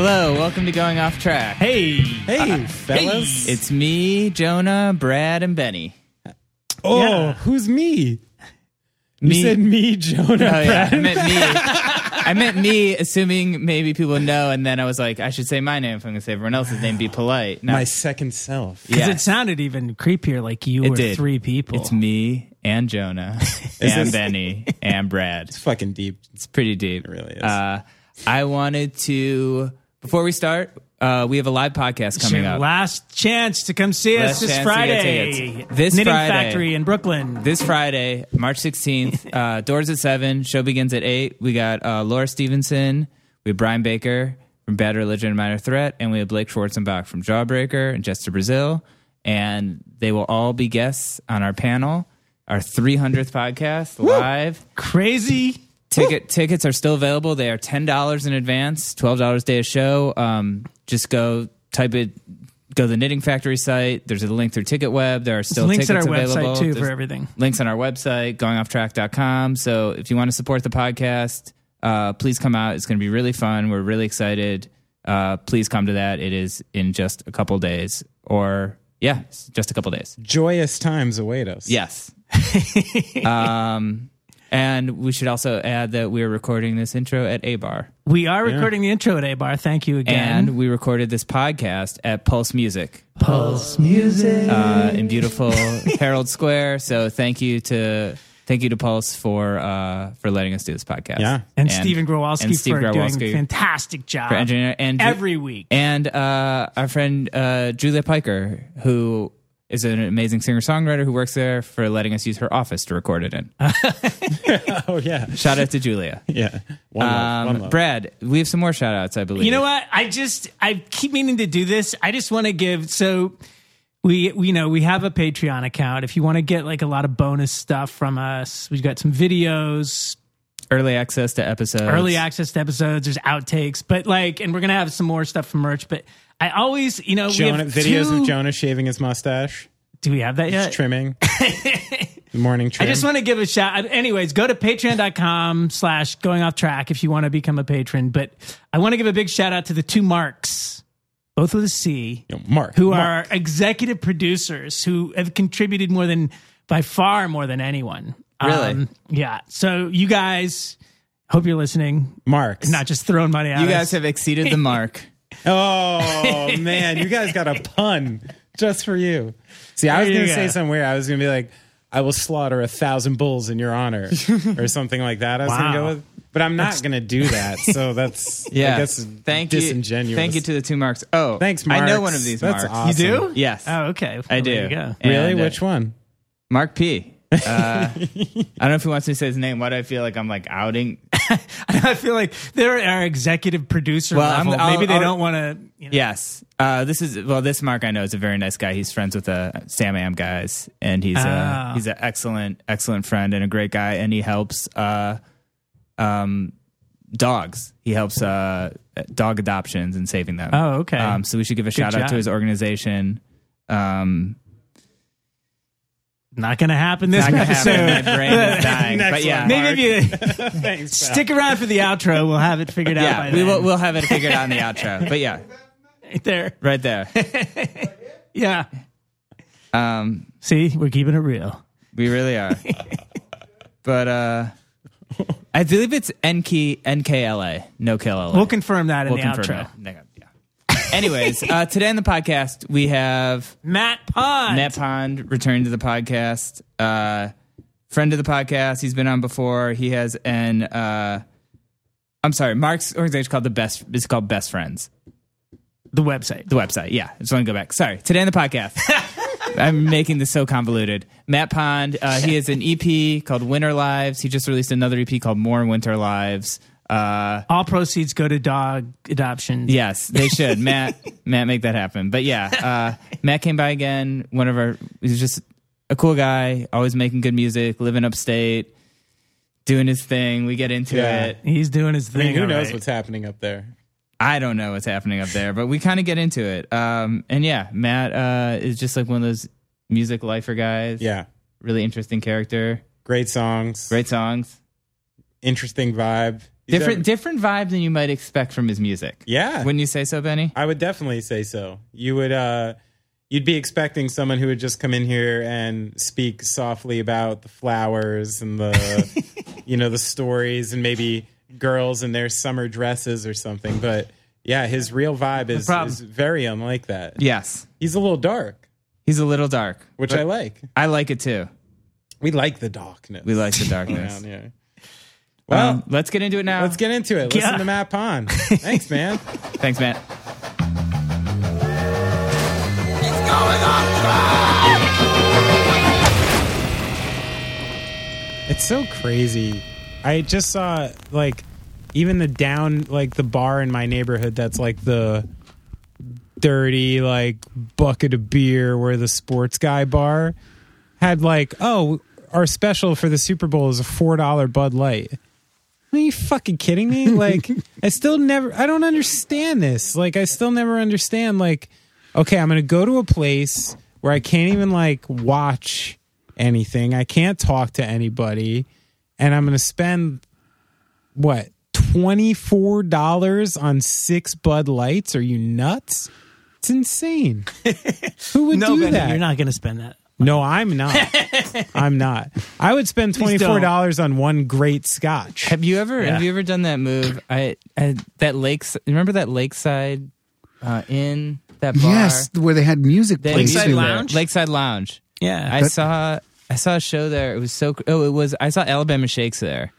Welcome to Going Off Track. Hey. Uh, Hey, fellas. It's me, Jonah, Brad, and Benny. oh, Yeah. who's me? Me- You said me, Jonah. Oh yeah, I meant me. I meant me, assuming maybe people know, and then I was like, I should say my name if I'm going to say everyone else's name. Be polite. No, My second self. Because yeah, it sounded even creepier, like you It were did. three people. it's me and Jonah and Benny and Brad. It's fucking deep. It's pretty deep. It really is. Uh, I wanted to before we start. Uh, we have a live podcast It's coming your up. Last chance to come see Last us this chance to get Friday. tickets. This Knitting Friday. Factory in Brooklyn. this Friday, March 16th, uh, doors at 7, show begins at 8. We got uh, Laura Stevenson, we have Brian Baker from Bad Religion and Minor Threat, and we have Blake Schwarzenbach from Jawbreaker and Jester Brazil. And they will all be guests on our panel, our 300th podcast live. Crazy. Ticket tickets are still available. They are ten dollars in advance, twelve dollars day of show. Um, just go type it, go to the Knitting Factory site. There's a link through Ticket Web. There are still links at tickets our website, available. too, for There's everything. Links on our website, goingofftrack.com. So if you want to support the podcast, uh, please come out. It's going to be really fun. We're really excited. Uh, please come to that. It is in just a couple days, or yeah, it's just a couple days. Joyous times await us. Yes. um, and we should also add that we are recording this intro at A Bar, We are recording the intro at A Bar. Thank you again. and we recorded this podcast at Pulse Music Pulse Music. uh, in beautiful Herald Square. So thank you to thank you to Pulse for uh, for letting us do this podcast. Yeah. and, Stephen Growalski and Steve for doing Growalski a fantastic job for engineer and every week. and uh, our friend uh, Julia Piker who. Is an amazing singer songwriter who works there for letting us use her office to record it in. Oh, yeah. Shout out to Julia. Yeah. One love. One Um, love. Brad, we have some more shout outs, I believe. You know what? I just I keep meaning to do this. I just want to give so we we- you know we have a Patreon account. If you want to get like a lot of bonus stuff from us, we've got some videos, Early access to episodes. early access to episodes. There's outtakes, but like, and we're gonna have some more stuff from merch. But I always you know we Jonah, have videos two, of Jonah shaving his mustache, Do we have that yet? trimming, the morning I trim. just want to give a shout. Anyways, go to patreon.com slash going off track if you want to become a patron. But I want to give a big shout out to the two marks, both with a C. You know, Mark. who Mark. are executive producers who have contributed more than by far more than anyone. Um, Really? yeah. So you guys, hope you're listening. Marks. Not just throwing money at You us. guys have exceeded the mark. Oh man, you guys got a pun just for you. See, I was There you gonna say go. something weird. I was gonna be like, I will slaughter a thousand bulls in your honor or something like that. I was gonna go Wow. with. But I'm not gonna do that. So that's Yeah. I guess Thank disingenuous. you. Thank you to the two marks. Oh, Thanks, I know Marks. one of these That's marks. awesome. You do? Yes, Oh, okay. I Well, do. There you go. Really? And, uh, Which one? Mark P. Uh, I don't know if he wants me to say his name. Why do I feel like I'm like outing? I feel like there are executive producer Well, I'm- level. I'll- Maybe they I'll- don't want to. You know, Yes. Uh, this is well. This Mark I know is a very nice guy. He's friends with the uh, Sam Am guys, and he's a Ah. he's an excellent excellent friend and a great guy. And he helps uh, um, dogs. He helps uh, dog adoptions and saving them. Oh, okay. Um, so we should give a shout out job. to his organization. Um, Not going to happen this not gonna episode. happen. My brain is dying. Next but yeah, one. Maybe if you Thanks. pal. stick around for the outro, we'll have it figured out by yeah, we then. will we'll have it figured out in the outro. But yeah, Right there. right there. Yeah. Um, See, we're keeping it real. We really are. but uh I believe it's NK NKLA, no kill LA. We'll confirm that in We'll the outro. it. Neg- yeah. Anyways, uh, today on the podcast we have Matt Pond. Matt Pond returning to the podcast. Uh, friend of the podcast, he's been on before. He has an uh, I'm sorry, Mark's organization called the best. It's called Best Friends. the website. The website, yeah. I just want to go back. Sorry. Today on the podcast, I'm making this so convoluted. Matt Pond, uh, he has an EP called Winter Lives. He just released another EP called More Winter Lives. Uh, All proceeds go to dog adoption. yes, they should. Matt, Matt, make that happen. But yeah, uh, Matt came by again. One of our, he's just a cool guy, always making good music, living upstate, doing his thing. We get into Yeah. it. He's doing his I thing. mean, who all knows right. what's happening up there? I don't know what's happening up there, but we kind of get into it. Um, and yeah, Matt uh, is just like one of those music lifer guys. Yeah, really interesting character, great songs, great songs. interesting vibe. different every- different vibe than you might expect from his music. Yeah. Wouldn't you say so, Benny? I would definitely say so. You would uh you'd be expecting someone who would just come in here and speak softly about the flowers and the you know the stories and maybe girls in their summer dresses or something, but yeah, his real vibe is, problem. is very unlike that. Yes. He's a little dark, He's a little dark, which I like. I like it too. We like the darkness. We like Um, the darkness. down here. Well, Well, let's get into it now. Oh. let's get into it. Listen Yeah. to Matt Pond. Thanks, man. Thanks, Matt. It's so crazy. I just saw like even the down like the bar in my neighborhood that's like the dirty like bucket of beer where the sports guy bar had like oh our special for the Super Bowl is a four dollar Bud Light. Are you fucking kidding me? Like I still never I don't understand this. Like I still never understand like okay, I'm going to go to a place where I can't even like watch anything. I can't talk to anybody and I'm going to spend what? $24 on 6 Bud Lights? Are you nuts? It's insane. Who would No, do Benny, that? you're not going to spend that. No, I'm not. I'm not. I would spend twenty Please four don't. dollars on one great scotch. Have you ever have Yeah. you ever done that move? I, I that lakes. Remember that lakeside uh, in that bar. Yes, where they had music That- playing Lakeside everywhere. Lounge? Lakeside Lounge. Yeah, I saw I saw a show there. It was so oh it was I saw Alabama Shakes there.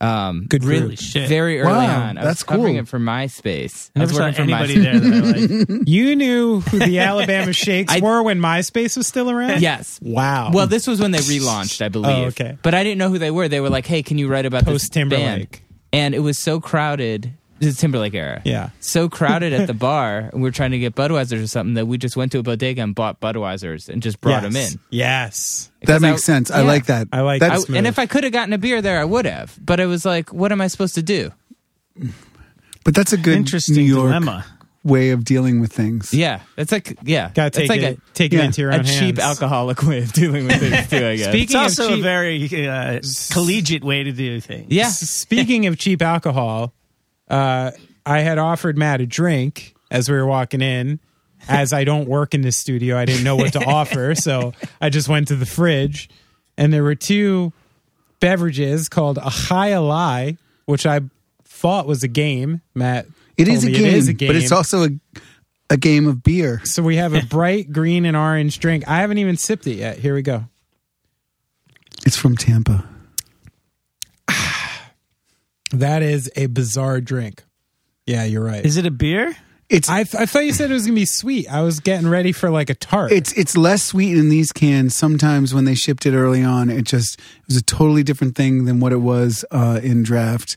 Um, Good for really you. shit. very early Wow, on. I that's was covering cool. it for MySpace. I never was saw working for anybody MySpace. there. That I liked. You knew who the Alabama Shakes I- were when MySpace was still around. Yes. Wow. Well, this was when they relaunched, I believe. Oh, okay. But I didn't know who they were. They were like, "Hey, can you write about this Post Timberlake. band?" And it was so crowded. This is Timberlake era. Yeah. So crowded at the bar, and we were trying to get Budweisers or something that we just went to a bodega and bought Budweisers and just brought Yes. them in. Yes. Because That I- makes sense. I yeah. like that. I like I, that's this move. Oh, and if I could have gotten a beer there, I would have. But it was like, what am I supposed to do? but that's a good Interesting New York dilemma. way of dealing with things. Yeah, that's like yeah, Gotta take that's like it. a, take it yeah, into your own a cheap hands. alcoholic way of dealing with things too. I guess. It's Speaking of also cheap- a very uh, collegiate way to do things. yeah, S- Speaking of cheap alcohol, uh, I had offered Matt a drink as we were walking in. As I don't work in this studio, I didn't know what to offer, so I just went to the fridge, and there were two beverages called a high a lie, which I thought was a game. Matt, It told is, a me game, it is a game, but it's also a, a game of beer. so we have a bright green and orange drink. I haven't even sipped it yet. Here we go. It's from Tampa. That is a bizarre drink. Yeah, you're right. Is it a beer? It's I, I thought you said it was gonna be sweet. I was getting ready for like a tart. it's it's less sweet in these cans. Sometimes when they shipped it early on, it just it was a totally different thing than what it was uh, in draft,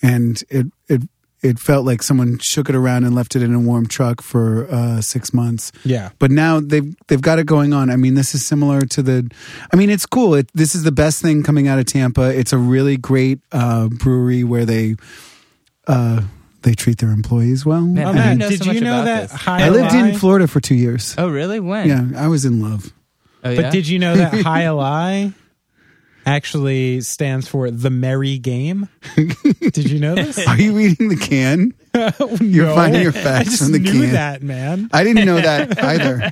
and it it it felt like someone shook it around and left it in a warm truck for uh, six months. Yeah. but now they've they've got it going on. I mean, this is similar to the. I mean, it's cool. It, this is the best thing coming out of Tampa. It's a really great uh, brewery where they. Uh, they treat their employees well. Man, Oh, I And- didn't man, know so did you much know about that this. high? I lived in Ally- Florida for two years. Oh, really? When? Yeah, I was in love. Oh, but yeah? did you know that high ally actually stands for the merry game? did you know this? Are you reading the can? You're No. finding your I facts just from the knew can. that, man. I didn't know that either.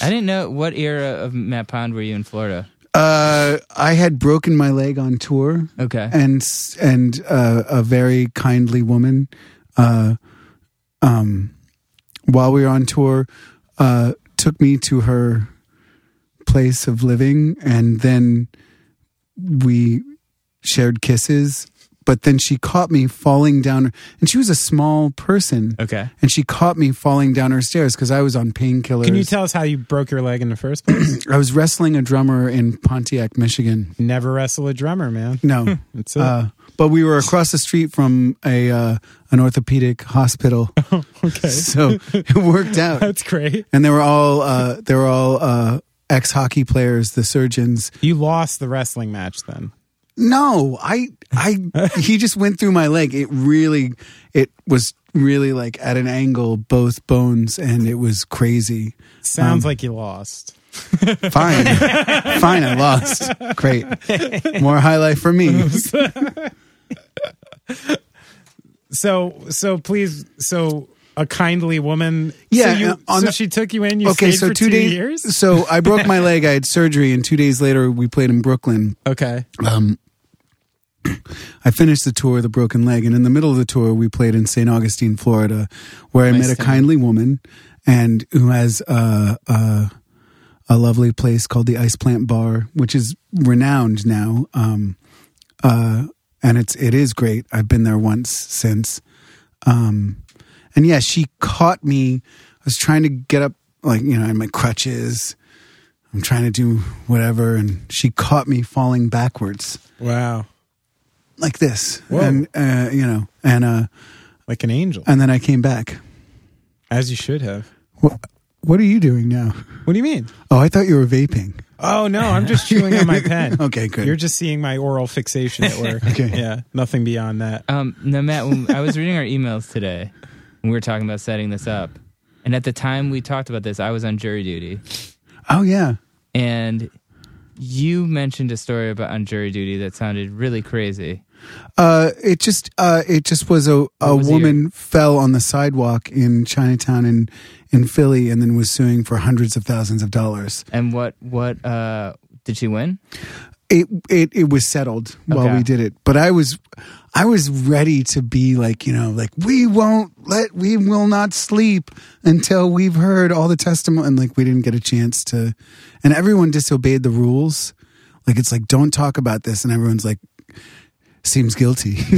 I didn't know what era of Matt Pond were you in Florida? Uh, I had broken my leg on tour, Okay. and s- and uh, a very kindly woman, uh, um, while we were on tour, uh, took me to her place of living, and then we shared kisses. But then she caught me falling down, and she was a small person. okay. and she caught me falling down her stairs because I was on painkillers. Can you tell us how you broke your leg in the first place? I was wrestling a drummer in Pontiac, Michigan. Never wrestle a drummer, man. No, Hmm, That's it. uh, but we were across the street from a uh, an orthopedic hospital, Oh, okay, so it worked out. that's great. And they were all uh, they were all uh, ex hockey players, the surgeons. You lost the wrestling match then. No, I I he just went through my leg. It really it was really like at an angle, both bones, and it was crazy. Sounds Um, like you lost. Fine. Fine, I lost. Great. More high life for me. So so please so a kindly woman. Yeah, so, you, uh, on so the- she took you in. You stayed for two, days. years. So I broke my leg. I had surgery, and two days later we played in Brooklyn. Okay. Um, I finished the tour with a broken leg, and in the middle of the tour we played in St. Augustine, Florida, where I met a town. kindly woman and who has uh, uh, a lovely place called the Ice Plant Bar, which is renowned now. Um, uh, and it's it is great. I've been there once since. Um, and yeah, she caught me. I was trying to get up, like, you know, I had my crutches. I'm trying to do whatever. And she caught me falling backwards Wow. like this. Whoa. And, uh, you know, and, uh, Like an angel, and then I came back. as you should have. What, what are you doing now? What do you mean? Oh, I thought you were vaping. Oh no, I'm just chewing on my pen. Okay, good. You're just seeing my oral fixation at work. Okay. Yeah, nothing beyond that. Um, no, Matt, when I was reading our emails today when we were talking about setting this up. And at the time we talked about this, I was on jury duty. Oh, yeah. And you mentioned a story about on jury duty that sounded really crazy. Uh, it just uh, it just was a, a was the woman fell on the sidewalk in Chinatown in in Philly and then was suing for hundreds of thousands of dollars. And what what uh did she win? It it it was settled while Okay. we did it, but I was I was ready to be like you know like we won't let we will not sleep until we've heard all the testimony and like we didn't get a chance to, and everyone disobeyed the rules. Like it's like don't talk about this, and everyone's like seems guilty.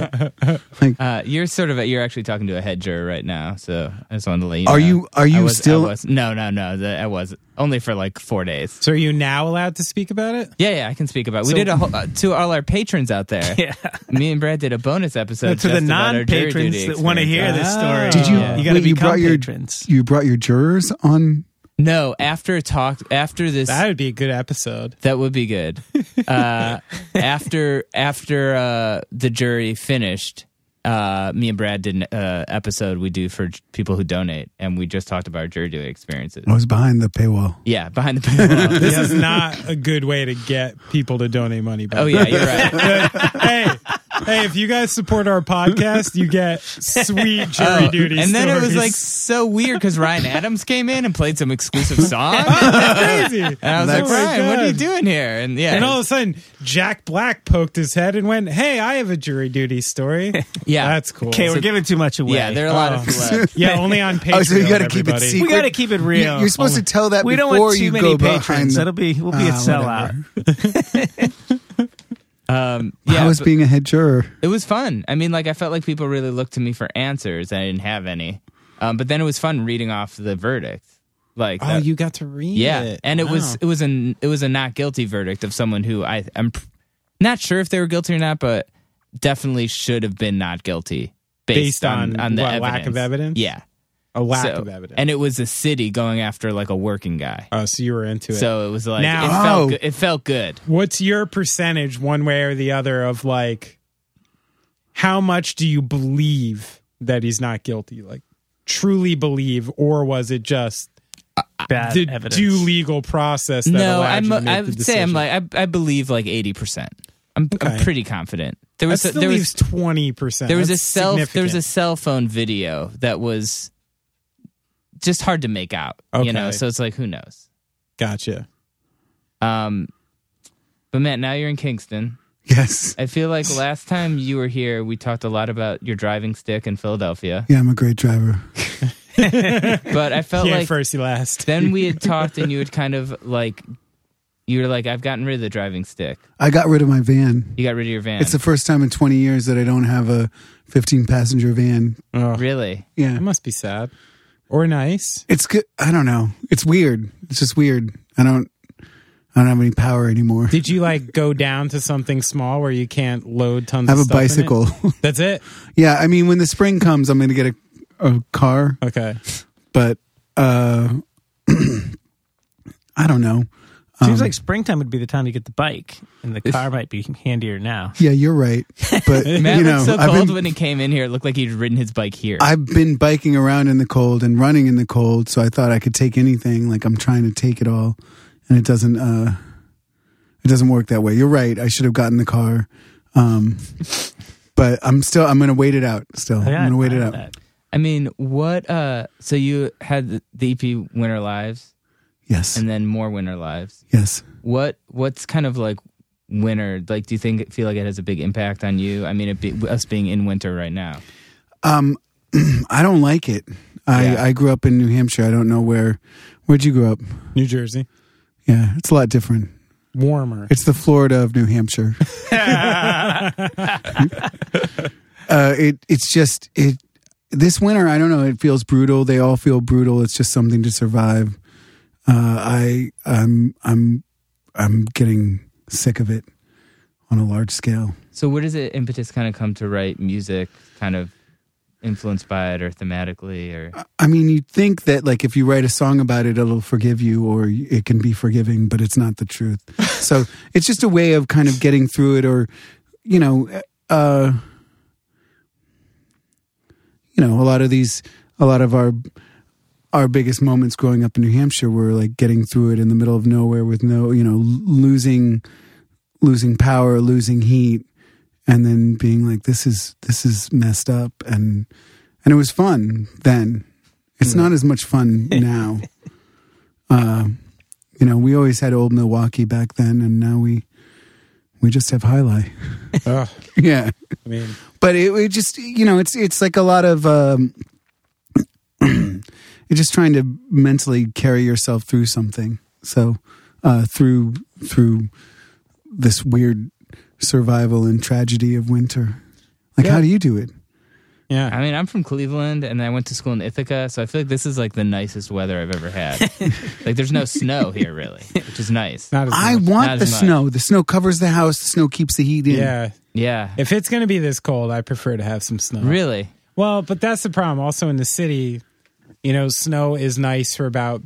Uh, you're sort of a, you're actually talking to a head juror right now, so I just wanted to let you. Are know. you- are I you was- I still- was- no, no, no. the- I was only for like four days. So are you now allowed to speak about it? Yeah, yeah. I can speak about. So- we did a whole, uh, to all our patrons out there. Yeah. Me and Brad did a bonus episode to just the about our jury non-patrons duty that want to hear experience. this Ah. story. Did you- You got to wait, you brought become your- patrons. you brought your jurors on No, after talk after this. That would be a good episode. That would be good. Uh, after after uh, the jury finished, uh, me and Brad did an uh, episode we do for j- people who donate, and we just talked about our jury duty experiences. I was behind the paywall. Yeah, behind the paywall. This is not a good way to get people to donate money. by oh the yeah, you're right. hey, hey, if you guys support our podcast, you get sweet jury Oh, duty. and then it was like stories. so weird because Ryan Adams came in and played some exclusive song, and crazy. I was That's- like, Ryan, what are you God. doing here? And yeah, And all of a sudden, Jack Black poked his head and went, "Hey, I have a jury duty story." yeah, That's cool. Okay, we're giving too much away. yeah. There are a lot of Oh. celebs. yeah, only on Patreon. Oh, so you gotta keep it everybody. secret. we got to keep it real. You- you're supposed to tell that we don't before want too you many go behind patrons. the- That'll be we'll be a Ah, sellout. whatever. Um, yeah, I was but- being a head juror. It was fun. I mean, like I felt like people really looked to me for answers, and I didn't have any. Um, but then it was fun reading off the verdict, like Oh, that- you got to read yeah, it. and it was Wow. it was an it was a not guilty verdict of someone who I I'm pr- not sure if they were guilty or not, but definitely should have been not guilty based, Based on on on the what, evidence. lack of evidence? Yeah, a lack So- of evidence. and it was a city going after like a working guy. oh, so you were into it. So it was like Now- it felt Oh. good. it felt good. What's your percentage, one way or the other, of like how much do you believe that he's not guilty? Like truly believe, or was it just Bad the evidence. due legal process that no, allowed I'm, you to make I the would say I'm decision? like I, I believe like eighty percent. I'm, Okay. I'm pretty confident. There that was still there was leaves twenty percent. there was a cell there was a cell phone video that was just hard to make out. Okay. You know, so it's like who knows. gotcha. Um, but Matt, now you're in Kingston. Yes. I feel like last time you were here, we talked a lot about your driving stick in Philadelphia. Yeah, I'm a great driver. But I felt yeah, like first, you last. then we had talked, and you had kind of like you were like, I've gotten rid of the driving stick. I got rid of my van. You got rid of your van. It's the first time in 20 years that I don't have a 15 passenger van. Oh, really. Yeah. that must be sad or nice. It's good. I don't know. It's weird. It's just weird. I don't. I don't have any power anymore. Did you like go down to something small where you can't load tons? I have of a stuff in it? bicycle. That's it. yeah, I mean, when the spring comes, I'm going to get a, a car. Okay. But uh, I don't know. Um, Seems like springtime would be the time to get the bike, and the car might be handier now. Yeah, you're right. But Matt you know, looked so I've cold been when he came in here. It looked like he'd ridden his bike here. I've been biking around in the cold and running in the cold, so I thought I could take anything. Like I'm trying to take it all, and it doesn't. uh It doesn't work that way. You're right. I should have gotten the car. Um, but I'm still I'm gonna wait it out. Still, Oh, Yeah, I'm gonna wait it I- out. that- I mean, what? Uh, so you had the- the EP Winter Lives, Yes, and then more Winter Lives. yes. What? What's kind of like winter? Like, do you think feel like it has a big impact on you? I mean, it be, us being in winter right now. Um, I don't like it. I Yeah. I grew up in New Hampshire. I don't know where. Where'd you grow up? New Jersey. Yeah, it's a lot different. Warmer. It's the Florida of New Hampshire. uh, it it's just it this winter. I don't know. It feels brutal. They all feel brutal. It's just something to survive. Uh, I I'm I'm I'm getting sick of it on a large scale. So, where does it impetus kind of come to write music, kind of influenced by it or thematically, or I mean, you'd think that like if you write a song about it, it'll forgive you, or it can be forgiving, but it's not the truth. so it's just a way of kind of getting through it, or you know, uh, you know, a lot of these, a lot of our our biggest moments growing up in New Hampshire were like getting through it in the middle of nowhere with no, you know, l- losing losing power, losing heat, and then being like, this is this is messed up, and and it was fun then. It's not as much fun now. uh, you know, we always had old Milwaukee back then, and now we we just have highlight. Ugh, yeah, I mean, but it, it just you know it's it's like a lot of um, it's just trying to mentally carry yourself through something. So uh, through through this weird survival and tragedy of winter. Like, Yeah. how do you do it? yeah. I mean, I'm from Cleveland and I went to school in Ithaca, so I feel like this is like the nicest weather I've ever had. like, there's no snow here, really, which is nice. Not as I much. Not want the as much. snow. The snow covers the house. The snow keeps the heat in. Yeah. Yeah. If it's going to be this cold, I prefer to have some snow. Really? Well, but that's the problem. Also in the city, you know, snow is nice for about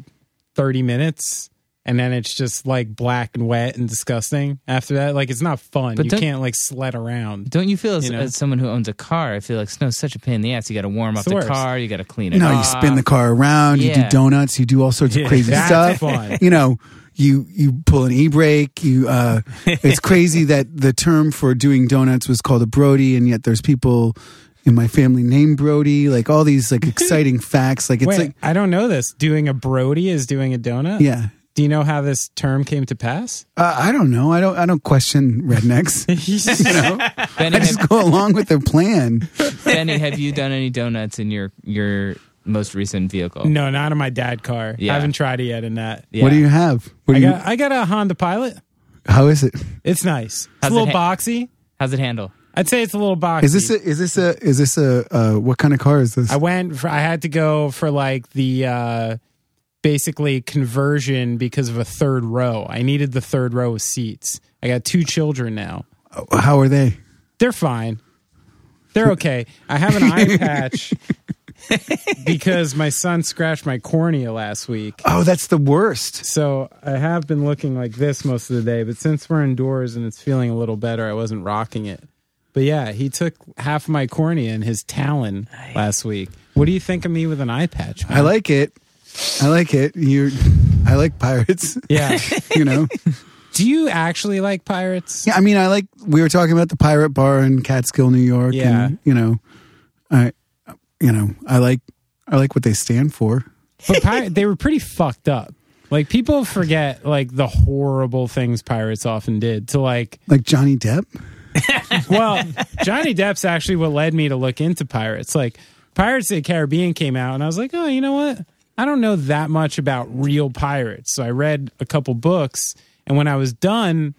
30 minutes and then it's just like black and wet and disgusting after that. Like it's not fun. But you don't- can't like sled around. Don't you feel as, You know? as someone who owns a car, I feel like snow's such a pain in the ass. You got to warm up It's the the, worst. car, you got to clean it No, you off. spin the car around. You Yeah. do donuts. You do all sorts of Yeah, crazy that's stuff. fun. You know, you you pull an e brake. You uh, it's crazy that the term for doing donuts was called a Brody, and yet there's people in my family named Brody. Like all these like exciting facts. Like it's Wait, like I don't know this. Doing a Brody is doing a donut? yeah. Do you know how this term came to pass? Uh, I don't know. I don't. I don't question rednecks. you know, Benny, I just have, go along with their plan. Benny, have you done any donuts in your, your most recent vehicle? No, not in my dad car. Yeah. I haven't tried it yet in that. Yeah. What do you have? What do I you? got, I got a Honda Pilot. how is it? It's nice. How's it's a little it ha- boxy. How's it handle? I'd say it's a little boxy. Is this a, is this a is this a uh, what kind of car is this? I went for I had to go for like the uh basically conversion because of a third row. I needed the third row of seats. I got two children now. How are they? They're fine. They're okay. I have an eye patch because my son scratched my cornea last week. Oh, that's the worst. So I have been looking like this most of the day, but since we're indoors and it's feeling a little better, I wasn't rocking it. But yeah, he took half my cornea in his talon last week. What do you think of me with an eye patch? I like it. I like it. You, I like pirates. Yeah. You know. Do you actually like pirates? yeah, I mean, I like. We were talking about the pirate bar in Catskill, New York. Yeah. And, you know, I, you know, I like. I like what they stand for. But pirate, they were pretty fucked up. Like people forget like the horrible things pirates often did to like Like Johnny Depp. well, Johnny Depp's actually what led me to look into pirates. Like Pirates of the Caribbean came out and I was like, "Oh, you know what? I don't know that much about real pirates." So I read a couple books and when I was done,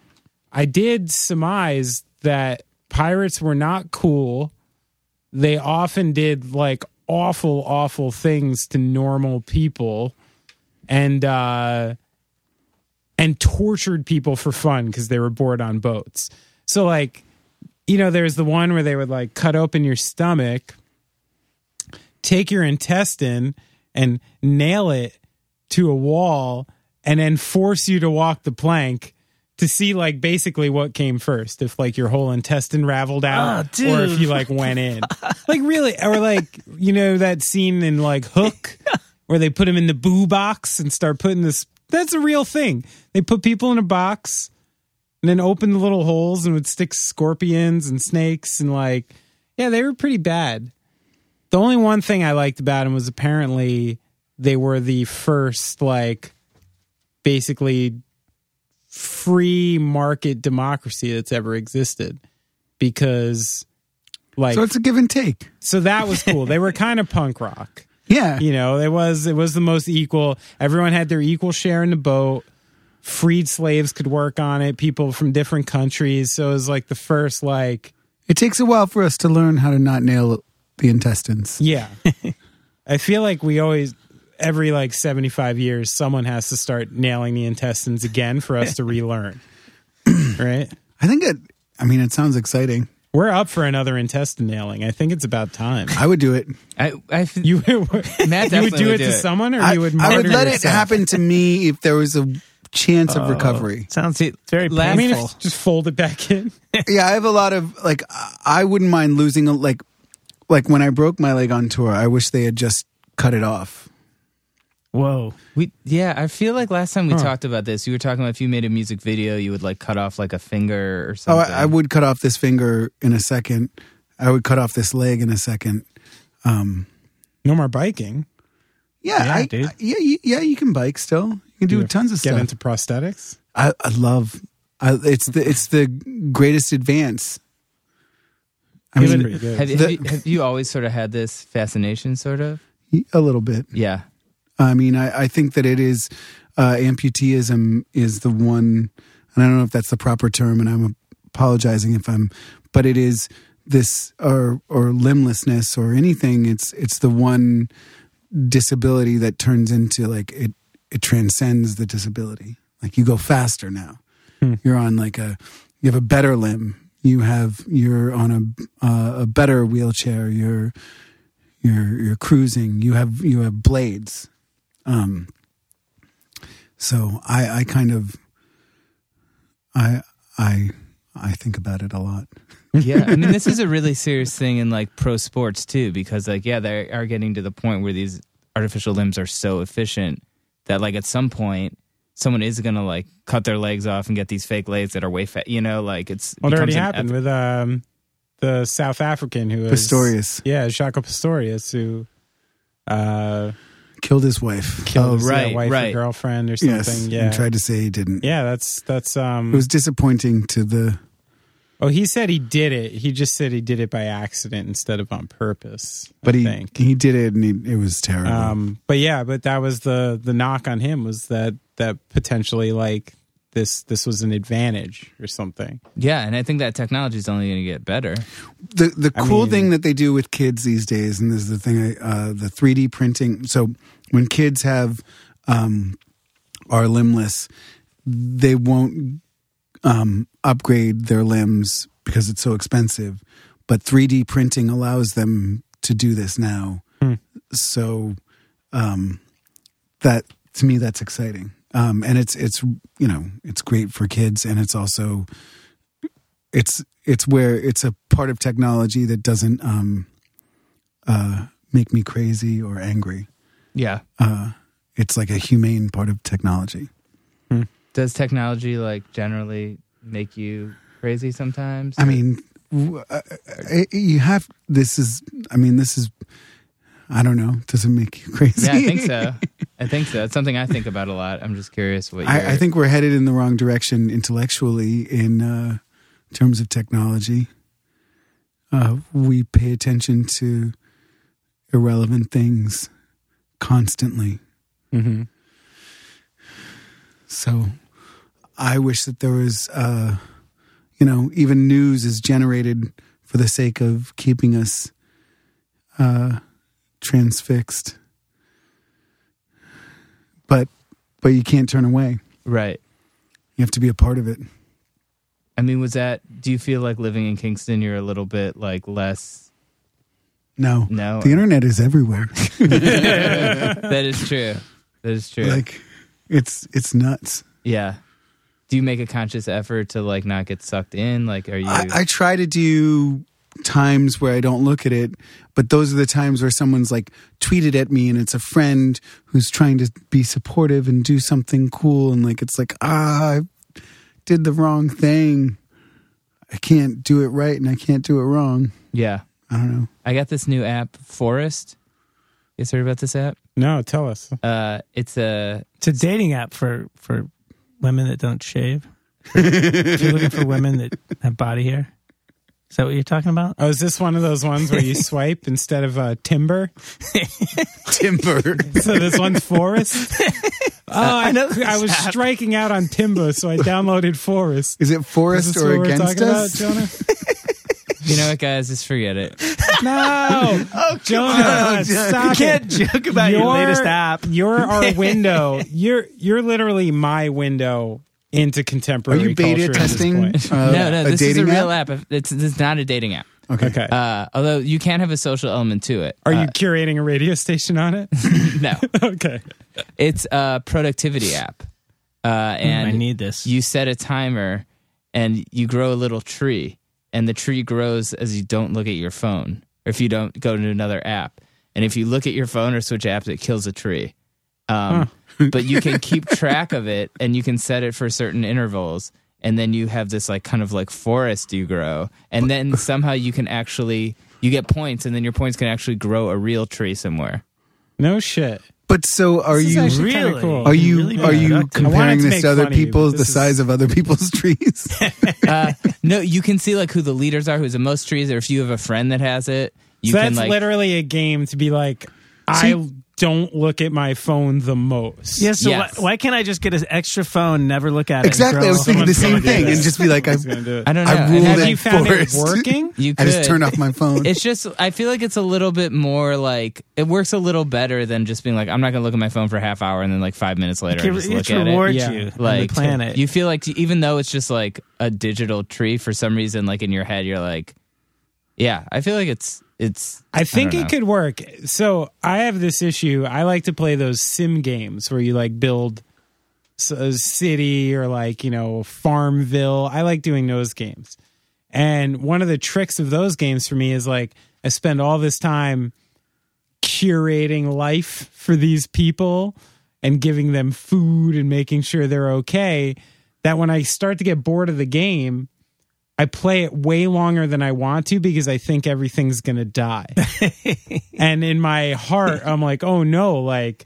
I did surmise that pirates were not cool. They often did like awful awful things to normal people and uh and tortured people for fun because they were bored on boats. So like you know, there's the one where they would like cut open your stomach, take your intestine, and nail it to a wall, and then force you to walk the plank to see like basically what came first if like your whole intestine raveled out Oh, or if dude. you like went in like really or like you know that scene in like hook where they put him in the boo box and start putting this that's a real thing they put people in a box and then opened the little holes and would stick scorpions and snakes and like yeah they were pretty bad the only one thing i liked about them was apparently they were the first like basically free market democracy that's ever existed because like so so, it's a give and take. that was cool they were kind of punk rock Yeah. you know it was it was the most equal everyone had their equal share in the boat freed slaves could work on it people from different countries so it was like the first like It takes a while for us to learn how to not nail the intestines. yeah i feel like we always every like 75 years someone has to start nailing the intestines again for us to relearn right I think it. I mean, it sounds exciting. we're up for another intestine nailing i think it's about time I would do it. I, I, you, you Matt would definitely do it would to someone or I you would I murder let it yourself? Oh. happen to me if there was a chance of recovery. Sounds very Laugh- i mean painful. if, just fold it back in yeah, I have a lot of like. I- I wouldn't mind losing a- like, like when I broke my leg on tour. I wish they had just cut it off. Whoa. We yeah, I feel like last time we talked about this, you were talking about if you made a music video, you would like cut off like a finger or Oh, something. I, I would cut off this finger in a second. I would cut off this leg in a second. no more biking Yeah, Yeah, I, dude. I- yeah, you, yeah. You can bike still. You can do tons of get stuff. into prosthetics I, I love. I, it's the it's the greatest advance. I It's mean, pretty good. have, you- The- have you, have you always sort of had this fascination, sort of? a little bit. Yeah. I mean, I, I think that it is uh, amputeeism is the one, and I don't know if that's the proper term, and I'm apologizing if I'm, but it is this or or limblessness or anything. It's it's the one disability that turns into like it it transcends the disability. Like you go faster now. You're on like a you have a better limb. You have you're on a uh, a better wheelchair. You're you're you're cruising. You have you have blades. Um, so I I kind of I I I think about it a lot. Yeah. I mean, this is a really serious thing in like pro sports too, because like, yeah, they are getting to the point where these artificial limbs are so efficient that like at some point someone is going to like cut their legs off and get these fake legs that are way fat, you know, like it's Well, it already becomes an happened eth- with um, the South African who was Pistorius Yeah, Shaka Pistorius who uh, killed his wife. Um, killed Oh, his yeah, right, wife right. or girlfriend or something. yes, yeah, and tried to say he didn't. yeah. That's that's. Um, It was disappointing to the. oh, he said he did it. He just said he did it by accident instead of on purpose. But I he think. he did it, and he, it was terrible. Um, but yeah, but that was the the knock on him was that that potentially like this this was an advantage or something. Yeah. And I think that technology is only going to get better. the the I cool mean- thing that they do with kids these days, and this is the thing, I, uh, the three D printing. So when kids have um, are limbless, they won't um, upgrade their limbs because it's so expensive. But three D printing allows them to do this now. Hmm. So um, that to me, that's exciting. Um, and it's it's you know it's great for kids, and it's also it's it's where it's a part of technology that doesn't um, uh, make me crazy or angry. Yeah. Uh, it's like a humane part of technology. Does technology like generally make you crazy sometimes? I mean, w- uh, uh, you have this is. I mean, this is. I don't know. Does it make you crazy? yeah, I think so. I think so. It's something I think about a lot. I'm just curious what I, your- I think we're headed in the wrong direction intellectually in uh, terms of technology. Uh, we pay attention to irrelevant things constantly. Mm-hmm. So I wish that there was, uh, you know, even news is generated for the sake of keeping us uh, transfixed. But but you can't turn away. right. You have to be a part of it. I mean, was that? Do you feel like living in Kingston, you're a little bit like less? No, No, the internet is everywhere. that is true. That is true. like it's it's nuts. yeah. Do you make a conscious effort to like not get sucked in? Like, are you? I, I try to do times where I don't look at it, but those are the times where someone's like tweeted at me and it's a friend who's trying to be supportive and do something cool. And like, it's like, ah, I did the wrong thing. I can't do it right and I can't do it wrong. Yeah. I don't know. I got this new app, Forest. You guys heard about this app? No, tell us. Uh, it's a It's a dating app for for women that don't shave. if you're looking for women that have body hair, is that what you're talking about? Oh, is this one of those ones where you swipe instead of uh, timber? Timber. So this one's forest. Oh, I, know. I was striking out on timber, so I downloaded forest. Is it for Is us this or what we're against talking us? about, Jonah? you know what guys, just forget it. No, Oh, Jonah, stop it. joke about You're our window. You're you're literally my window into Are contemporary. you beta culture at this testing? point. uh, no, no, a this is a dating real app. It's, it's not a dating app. Okay. Okay. Uh, although you can have a social element to it. Are you curating a radio station on it? No, okay. it's a productivity app, uh, and I need this. you set a timer, and you grow a little tree, and the tree grows as you don't look at your phone, or if you don't go to another app, and if you look at your phone or switch apps, it kills a tree. Um, but you can keep track of it, and you can set it for certain intervals. And then you have this like kind of like forest you grow, and then somehow you can actually you get points, and then your points can actually grow a real tree somewhere. No shit. But so are This is you actually kinda really? cool. are you really are you productive. I wanted comparing to this make to other fun of you, people's but the this size is- of other people's trees? Uh, no, you can see like who the leaders are, who's the most trees, or if you have a friend that has it, you so can that's like. literally a game to be like, I don't look at my phone the most. Yeah, so Yes. Why, why can't I just get an extra phone, never look at it? and exactly. I grow- was thinking the Someone's gonna same do thing this. and just be like, I, Who's gonna do it? I don't know. I And ruled have it. Have you found it Forest. working? You, you I could. just turn off my phone. It's just I feel like it's a little bit more like it works a little better than just being like I'm not gonna look at my phone for a half hour and then like five minutes later I It, just it look at it. rewards Yeah. you on Like the planet. you feel like even though it's just like a digital tree, for some reason like in your head you're like, yeah, I feel like it's it's. I think don't it know. could work. So I have this issue. I like to play those sim games where you like build s- a city or like, you know, Farmville. I like doing those games. And one of the tricks of those games for me is like, I spend all this time curating life for these people and giving them food and making sure they're okay. That when I start to get bored of the game, I play it way longer than I want to because I think everything's going to die. and in my heart, I'm like, oh no, like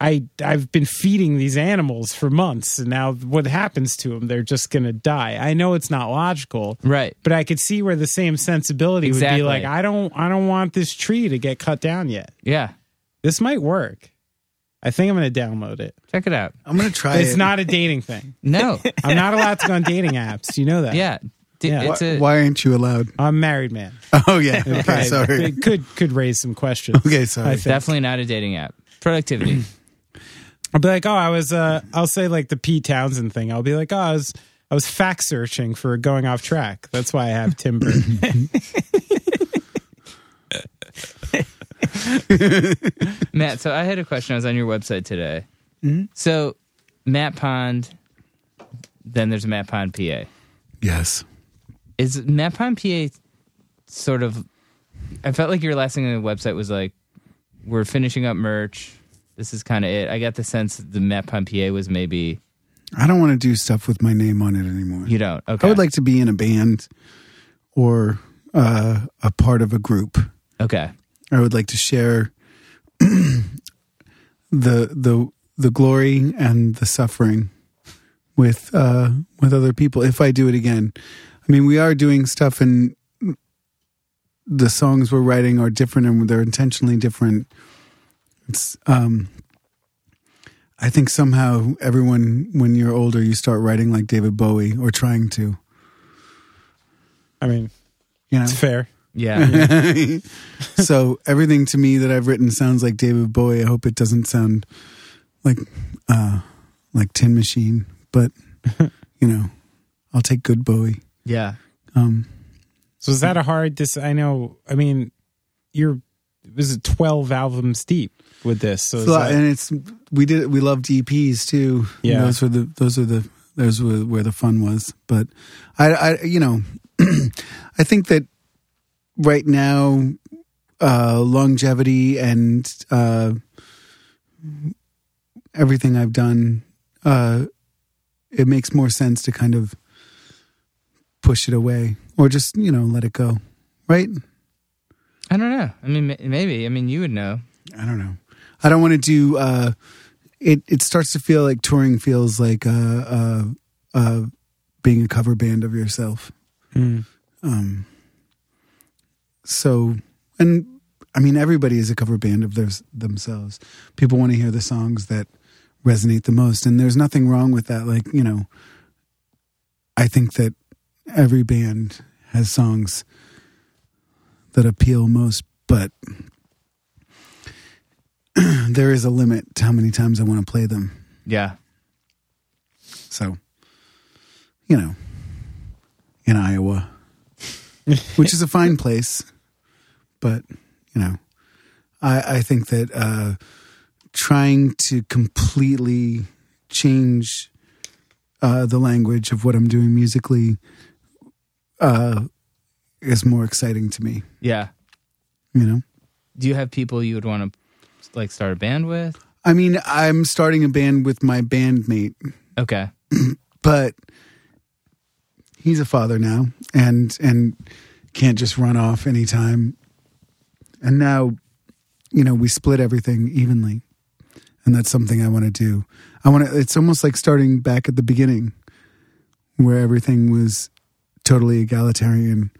I I've been feeding these animals for months and now what happens to them? They're just going to die. I know it's not logical, Right. but I could see where the same sensibility would Exactly. be like, I don't I don't want this tree to get cut down yet. Yeah. This might work. I think I'm going to download it. Check it out. I'm gonna try It's it. not a dating thing. No. I'm not allowed to go on dating apps. You know that. yeah. D- Yeah. It's a, Why aren't you allowed? I'm a married man. Oh yeah. Okay. Right. Sorry. It could could raise some questions. Okay. Sorry. I think. definitely not a dating app. Productivity. I'll be like, oh, I was. Uh, I'll say like the Pete Townsend thing. I'll be like, oh, I was. I was fact searching for going off track. That's why I have timber. Matt, so I had a question. I was on your website today. Mm-hmm. So, Matt Pond, then there's Matt Pond PA. Yes. Is Matt Pond PA sort of. I felt like your last thing on the website was like, we're finishing up merch. This is kind of it. I got the sense that the Matt Pond PA was maybe. I don't want to do stuff with my name on it anymore. You don't. Okay. I would like to be in a band or uh, a part of a group. Okay. I would like to share the the the glory and the suffering with uh, with other people. If I do it again, I mean, we are doing stuff, and the songs we're writing are different, and they're intentionally different. It's um, I think somehow everyone, when you're older, you start writing like David Bowie or trying to. I mean, You know, it's fair. Yeah. so everything to me that I've written sounds like David Bowie. I hope it doesn't sound like uh, like Tin Machine, but you know, I'll take good Bowie. yeah. Um, So is that a hard? This I know. I mean, you're. This is twelve albums deep with this. So is so- that- and it's we did we loved EPs too. Yeah. those were the those were the those were where the fun was. But I, I you know, I think that right now uh, longevity and uh, everything I've done uh, it makes more sense to kind of push it away or just you know let it go, right? I don't know. I mean, ma- maybe. I mean, you would know. I don't know. I don't want to do. Uh, it it starts to feel like touring feels like uh, uh, uh, being a cover band of yourself. Um, so, and I mean, everybody is a cover band of theirs themselves. People want to hear the songs that resonate the most, and there's nothing wrong with that. Like you know, I think that every band has songs that appeal most, but there is a limit to how many times I want to play them. Yeah. So, you know, in Iowa, which is a fine place, but you know, I I think that uh, trying to completely change uh, the language of what I'm doing musically uh, is more exciting to me. Yeah. You know. Do you have people you would want to like start a band with? I mean, I'm starting a band with my bandmate Okay. but he's a father now and and can't just run off anytime and now you know we split everything evenly and that's something i want to do i want to it's almost like starting back at the beginning where everything was totally egalitarian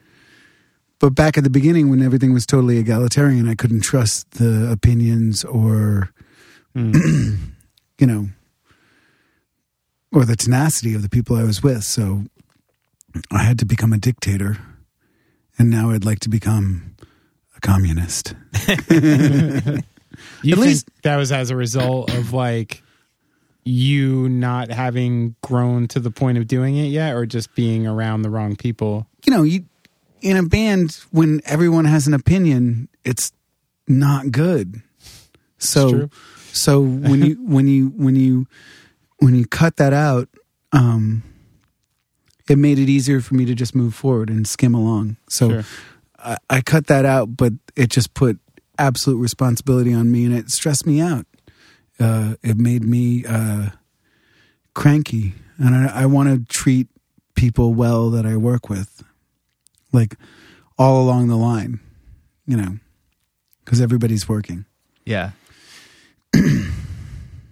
but back at the beginning when everything was totally egalitarian i couldn't trust the opinions or you know or the tenacity of the people I was with. So I had to become a dictator. And now I'd like to become a communist. You At think least- that was as a result of like you not having grown to the point of doing it yet, or just being around the wrong people. You know, you, in a band, when everyone has an opinion, it's not good. So, true. so when you when you when you when you cut that out, um, it made it easier for me to just move forward and skim along. So, Sure. I, I cut that out, but it just put absolute responsibility on me, and it stressed me out. Uh, it made me uh, cranky, and I, I want to treat people well that I work with, like all along the line, you know, because everybody's working. Yeah.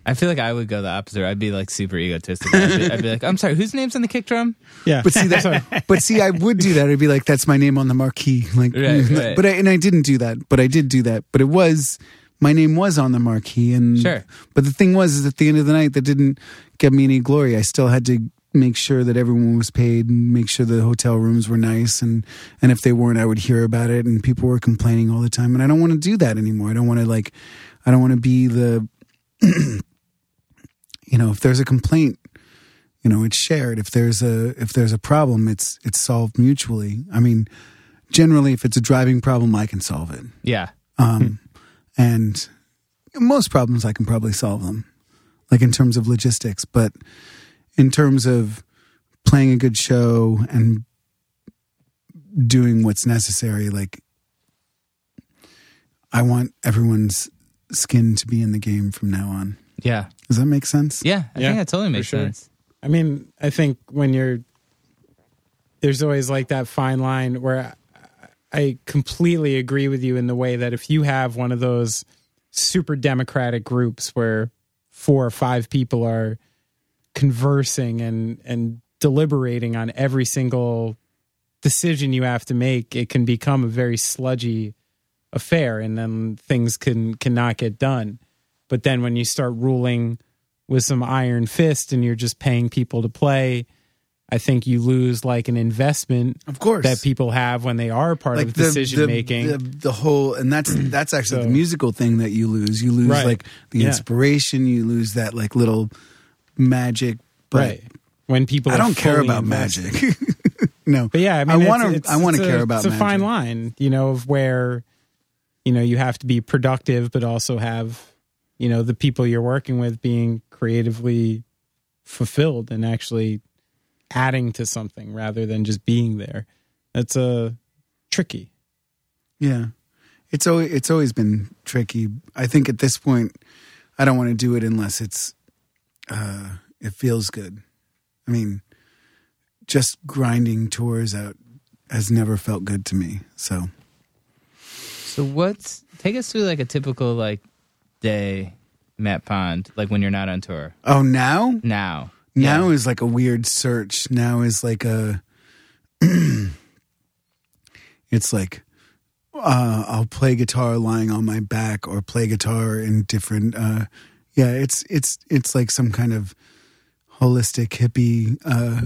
I feel like I would go the opposite. I'd be like super egotistical. I'd be, I'd be like, I'm sorry, whose name's on the kick drum? Yeah, But see, that, but see, I would do that. I'd be like, "That's my name on the marquee." Like, Right, right. but I, and I didn't do that. But I did do that. But it was my name was on the marquee, and Sure. But the thing was, is at the end of the night, that didn't get me any glory. I still had to make sure that everyone was paid and make sure the hotel rooms were nice and and if they weren't i would hear about it and people were complaining all the time and i don't want to do that anymore i don't want to like i don't want to be the you know if there's a complaint you know it's shared if there's a if there's a problem it's it's solved mutually i mean generally if it's a driving problem i can solve it Yeah. um, and most problems I can probably solve them, like in terms of logistics. But in terms of playing a good show and doing what's necessary, like I want everyone's skin to be in the game from now on. Yeah. Does that make sense? Yeah. I Yeah, think that totally for makes sure. sense. I mean, I think when you're there's always like that fine line where I, I completely agree with you in the way that if you have one of those super democratic groups where four or five people are conversing and and deliberating on every single decision you have to make, it can become a very sludgy affair and then things can cannot get done. But then when you start ruling with some iron fist and you're just paying people to play, I think you lose like an investment Of course. that people have when they are part of decision making. the, the whole and that's that's actually So- the musical thing that you lose you lose Right. like the Yeah. inspiration you lose that like little magic but right. When people I are don't care fully about invested. magic. no, But yeah, I mean, I it's- want it's- to. I want to it's a- care about. It's a magic. fine line, you know, of where, you know, you have to be productive, but also have, you know, the people you're working with being creatively fulfilled and actually adding to something rather than just being there. That's a tricky. Yeah, it's always it's always been tricky. I think at this point, I don't want to do it unless it's uh, it feels good. I mean, just grinding tours out has never felt good to me. So So what's take us through like a typical like day, Matt Pond, like when you're not on tour oh now now. now is like a weird search now is like a it's like uh i'll play guitar lying on my back or play guitar in different uh yeah it's it's it's like some kind of holistic hippie uh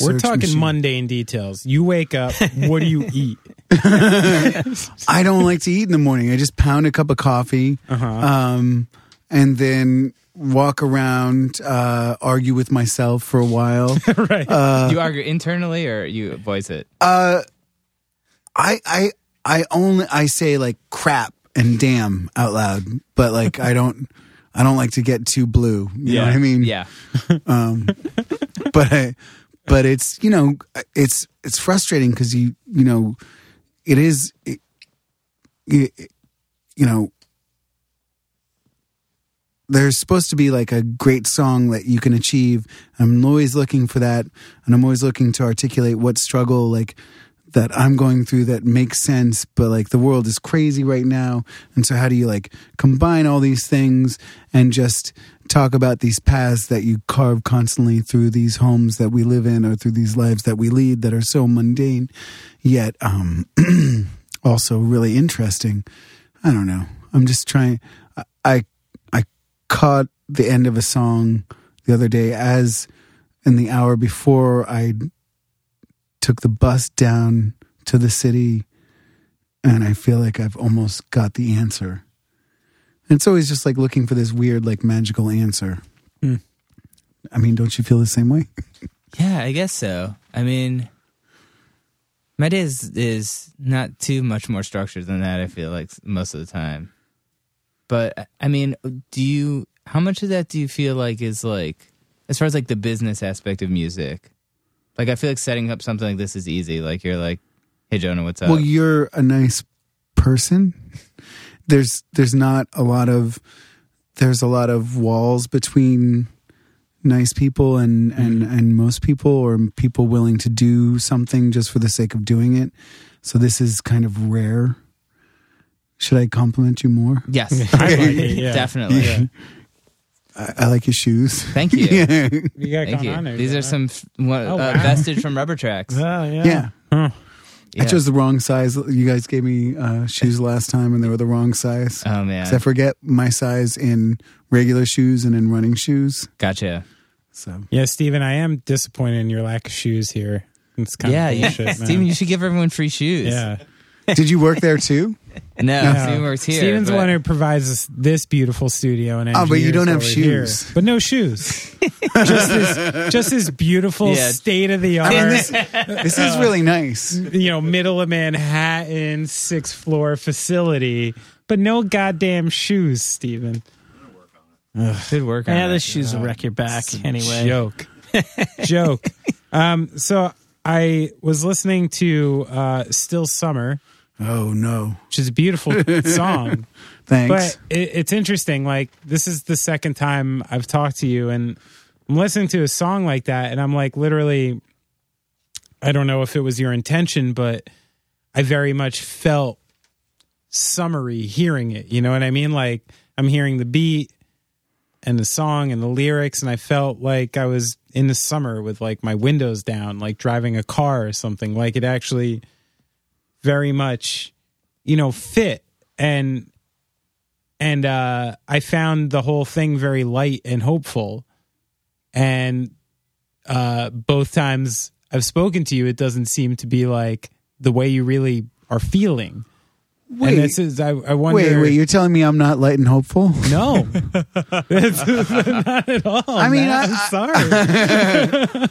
We're search talking machine. mundane details. You wake up, what do you eat? i don't like to eat in the morning i just pound a cup of coffee Uh-huh. um, and then walk around, uh, argue with myself for a while. right. you argue internally or you voice it. Uh, I, I, I only I say like crap and damn out loud, but like I don't, I don't like to get too blue. You Yeah. know what I mean? yeah. But I, but it's you know it's it's frustrating because you you know it is it, it, you know there's supposed to be like a great song that you can achieve. I'm always looking for that, and I'm always looking to articulate what struggle like that I'm going through that makes sense. But like the world is crazy right now, and so how do you like combine all these things and just talk about these paths that you carve constantly through these homes that we live in or through these lives that we lead that are so mundane, yet um, also really interesting. I don't know. I'm just trying. I- I I caught the end of a song the other day as in the hour before I took the bus down to the city and I feel like I've almost got the answer. And it's always just like looking for this weird like magical answer. I mean, don't you feel the same way? Yeah, I guess so. I mean, my day is, is not too much more structured than that. I feel like s- most of the time. But I mean, do you? How much of that do you feel like is like, as far as like the business aspect of music? Like, I feel like setting up something like this is easy. Like, you're like, "Hey, Jonah, what's up?" Well, you're a nice person. There's there's not a lot of there's a lot of walls between nice people and Mm-hmm. and and most people or people willing to do something just for the sake of doing it. So this is kind of rare. Should I compliment you more? yes, I like it, yeah. definitely. Yeah. I, I like your shoes. Thank you. yeah. You got Thank going you. on there. These are Jonah. some f- what, Oh, uh, wow. vestige from rubber tracks. Oh, yeah. Yeah. Huh. I Yeah. chose the wrong size. You guys gave me uh, shoes last time, and they were the wrong size. Oh Because I man, forget my size in regular shoes and in running shoes. gotcha. So Yeah, Steven, I am disappointed in your lack of shoes here. It's kind yeah, of you, bullshit, man. Steven, you should give everyone free shoes. yeah. did you work there too? No, No. Steven works here. Steven's but- the one who provides us this beautiful studio and Oh, but you engineers don't have over here. shoes. But no shoes. just this just this beautiful Yeah. state of the art. I mean, this, this is really nice. you know, middle of Manhattan, sixth floor facility, but no goddamn shoes, Steven. Good work. on Yeah, it. the shoes will wreck your back anyway. Joke. Joke. Um, so I was listening to uh, Still Summer, Oh no, which is a beautiful song. thanks. But it, it's interesting. Like this is the second time I've talked to you, and I'm listening to a song like that, and I'm like, literally, I don't know if it was your intention, but I very much felt summary hearing it. You know what I mean? Like I'm hearing the beat and the song and the lyrics, and I felt like I was in the summer with like my windows down, like driving a car or something. Like it actually very much, you know, fit and and uh, I found the whole thing very light and hopeful. And uh, both times I've spoken to you, it doesn't seem to be like the way you really are feeling. Wait. and this is I, I wonder. wait, wait, you're telling me I'm not light and hopeful? no, not at all. I mean, mean, I- I, am I-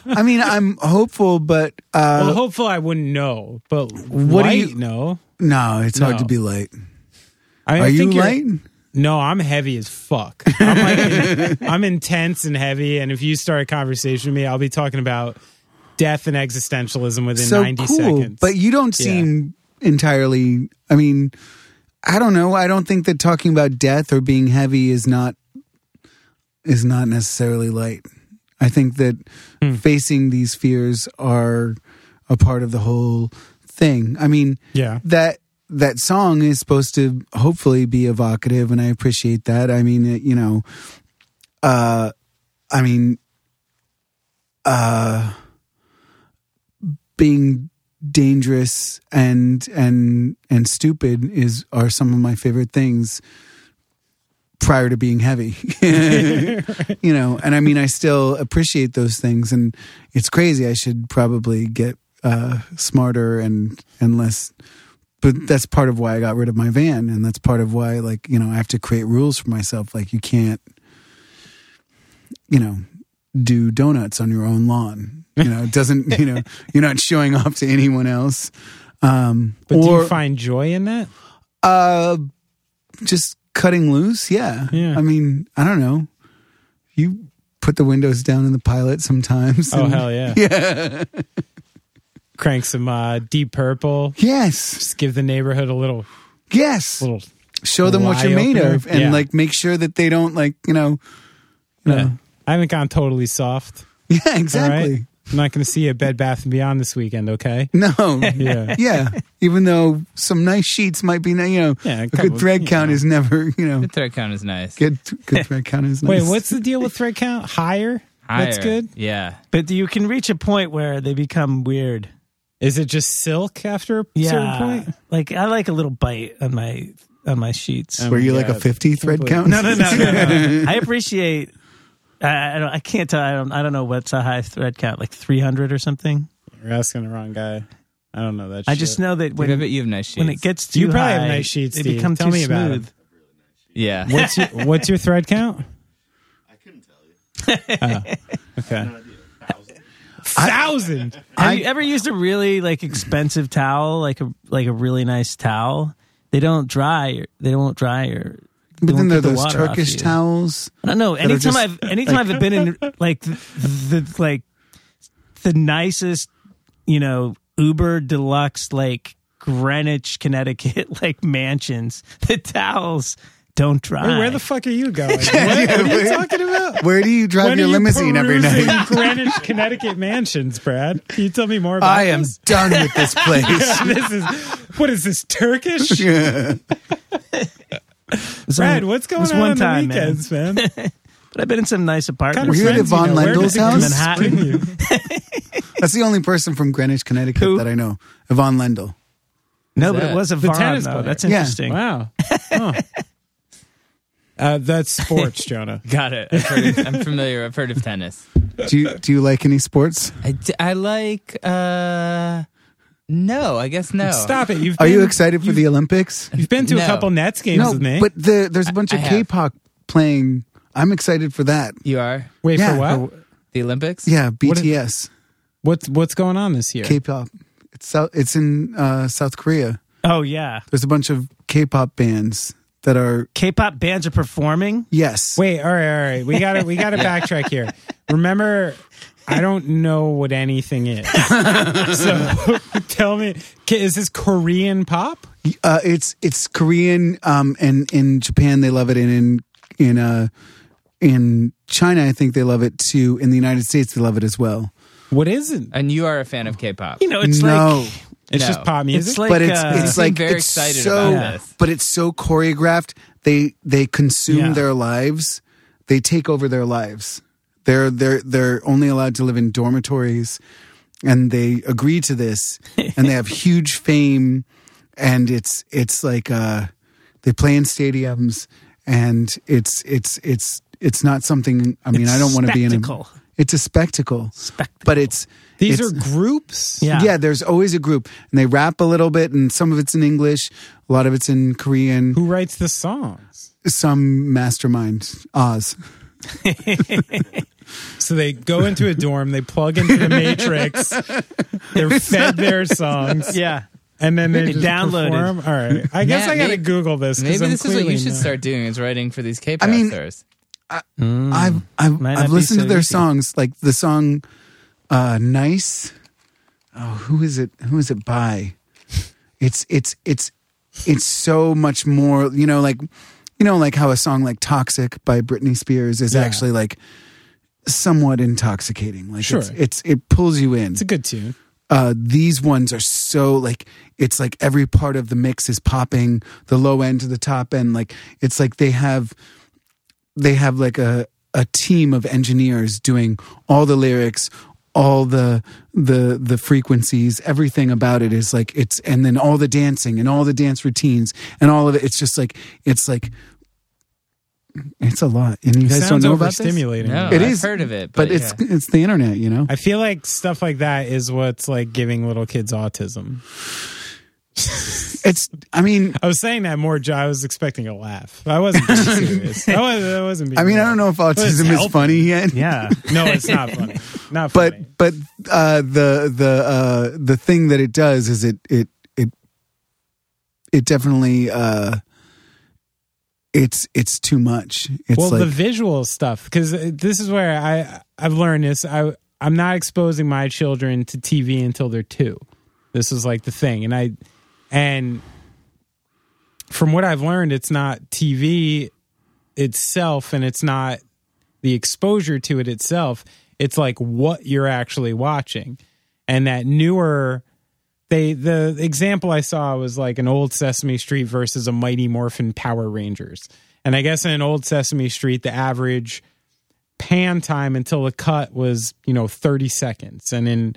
sorry. I mean, I'm hopeful, but well, uh, hopeful I wouldn't know, but What what do light, you- you know? no, it's hard No. to be light. I mean, Are I you think you're- light? No, I'm heavy as fuck. I'm, like, I'm intense and heavy. And if you start a conversation with me, I'll be talking about death and existentialism within 90 seconds. But you don't Yeah. seem entirely. I mean, I don't know. I don't think that talking about death or being heavy is not is not necessarily light. I think that facing these fears are a part of the whole thing. I mean, Yeah. that that song is supposed to hopefully be evocative, and I appreciate that. I mean, it, you know, uh, I mean, uh, being dangerous and and and stupid is are some of my favorite things prior to being heavy you know and i mean i still appreciate those things and it's crazy i should probably get uh smarter and and less but that's part of why i got rid of my van and that's part of why like you know i have to create rules for myself like you can't you know do donuts on your own lawn you know it doesn't you know you're not showing off to anyone else um But do or you find joy in that? uh just cutting loose yeah Yeah. i mean i don't know you put the windows down in the pilot sometimes Oh and- hell yeah! Yeah. Crank some uh, Deep Purple. yes Just give the neighborhood a little Yes. little. Show them what eye you're made opener. of and Yeah. like make sure that they don't like, you know. you Yeah. know. I haven't gone totally soft. Yeah, all Uh-huh. exactly. right? I'm not going to see a Bed Bath and Beyond this weekend. Okay. No. Yeah. yeah. Even though some nice sheets might be, ni- you know, Yeah, a a couple, good thread you count know. is never, you know, The thread count is nice. good, good thread count is nice. Wait, what's the deal with thread count? Higher? That's Higher. good. Yeah. But you can reach a point where they become weird. Is it just silk after a certain point? Like I like a little bite on my on my sheets. Were you like Yeah. a 50 thread believe- count? no, no, no, no, no. I appreciate. I, I don't. I can't tell. I don't. I don't know what's a high thread count, like three hundred or something. You're asking the wrong guy. I don't know that. I shit. just know that When, when you have, you have nice sheets. when it gets too You probably high, have nice sheets, they Steve. become Tell too me about 'em. smooth. yeah. What's your, what's your thread count? Oh, I couldn't tell you. Okay, Thousand. Have I- you ever used a really like expensive towel, like a like a really nice towel? They don't dry. Your, they won't dry your. they But won't then there are get the those water off Turkish you. towels. I don't know. Anytime just, I've anytime I've been in like the, the like the nicest, you know, Uber deluxe like Greenwich, Connecticut like mansions, the towels don't dry. where the fuck are you going? What, what are you talking about? Where do you drive When your are you limousine every perusing night? Greenwich, Connecticut mansions, Brad. Can you tell me more about I am this? done with this place. This is what is this Turkish? yeah. There's Brad, only- what's going there's on one on time, the man. weekends, man? But I've been in some nice Kind of apartments. Were you at friends Yvonne know? Where Lendl's did house? this bring you? That's the only person from Greenwich, Connecticut Who? that I know. Yvonne Lendl. No, Who's but it that? was a The Varn tennis though. player. That's Yeah. interesting. Wow. Huh. Uh, that's sports, Jonah. Got it. I've heard of, I'm familiar. I've heard of tennis. Do you do you like any sports? I, d- I like. uh No, I guess no. Stop it. You've Are you been- excited for the Olympics? You've been to a No. couple Nets games No, with me. but the, there's a bunch I of have. K-pop playing. I'm excited for that. You are Wait Yeah. for what? the Olympics. Yeah, What is- BTS, What's what's going on this year? K-pop. It's South, it's in uh, South Korea. Oh yeah. There's a bunch of K-pop bands that are K-pop bands are performing. yes. Wait, all right, all right. We got to we got to backtrack here. Remember, I don't know what anything is. so tell me, K- is this Korean pop? Uh, it's it's Korean, um, and in Japan they love it, and in in uh, in China I think they love it too. In the United States they love it as well. What is it? And you are a fan of K-pop. You know, it's no. like It's No. just pop music. it's like but it's uh, it's like very it's excited so, about this. but it's so choreographed. They they consume Yeah. their lives. They take over their lives. They're they're they're only allowed to live in dormitories, and they agree to this, and they have huge fame, and it's it's like uh, they play in stadiums, and it's it's it's it's not something. I mean, It's I don't want to be in a. spectacle. It's a spectacle, Spectacle. but it's These it's- are groups. Yeah. yeah. there's always a group, and they rap a little bit, and some of it's in English, a lot of it's in Korean. Who writes the songs? Some mastermind Oz. So they go into a dorm, they plug into the Matrix, they're fed their songs, yeah. and then they They just download it. perform. All right, I guess Yeah, I got to maybe- Google this. 'cause Maybe I'm this is what clearly you should not- start doing: is writing for these K-pop I mean- stars. I've I've, Hmm. Might not I've be listened so to their easy. songs, like the song uh, "Nice." Oh, who is it? Who is it by? It's it's it's it's so much more. You know, like you know, like how a song like "Toxic" by Britney Spears is Yeah. actually like somewhat intoxicating. Like Sure. it's, it's it pulls you in. It's a good tune. uh, these ones are so like it's like every part of the mix is popping the low end to the top end like it's like they have they have like a a team of engineers doing all the lyrics all the the the frequencies everything about it is like it's and then all the dancing and all the dance routines and all of it it's just like it's like it's a lot and you It guys don't sounds know about this overstimulating. No, I've It is, heard of it, but, but it's yeah. it's the internet you know I feel like stuff like that is what's like giving little kids autism. it's i mean I was saying that more. jo- I was expecting a laugh. I wasn't being serious. I wasn't. I wasn't. Being I mean, I don't know if it's autism is helping. funny yet. Yeah. No, it's not funny. Not But funny. but uh, the the uh, the thing that it does is it it it it definitely uh, it's it's too much. It's well, like the visual stuff because this is where I I've learned this. I I'm not exposing my children to TV until they're two. This is like the thing, and I and from what I've learned, it's not TV itself, and it's not the exposure to it itself. It's like what you're actually watching, and that newer. They the example I saw was like an old Sesame Street versus a Mighty Morphin Power Rangers, and I guess in an old Sesame Street, the average pan time until the cut was you know 30 seconds and in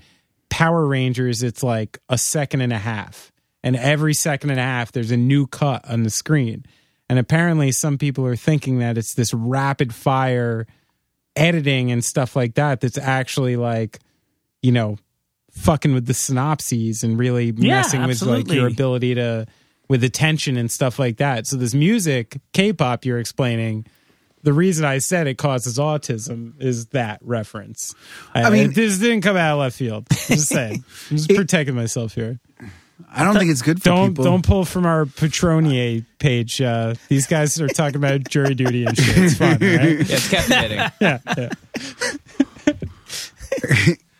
power rangers it's like a second and a half and every second and a half there's a new cut on the screen and apparently some people are thinking that it's this rapid fire editing and stuff like that that's actually like you know fucking with the synopses and really Yeah, messing with like your absolutely. ability to with attention and stuff like that so this music k-pop you're explaining the reason I said it causes autism is that reference. I, mean- this didn't come out of left field. I'm just saying, I'm just protecting myself here. I don't think it's good for Don't people. don't pull from our Petronier page. Uh, these guys are talking about jury duty and shit. It's fun, right? Yeah, it's captivating.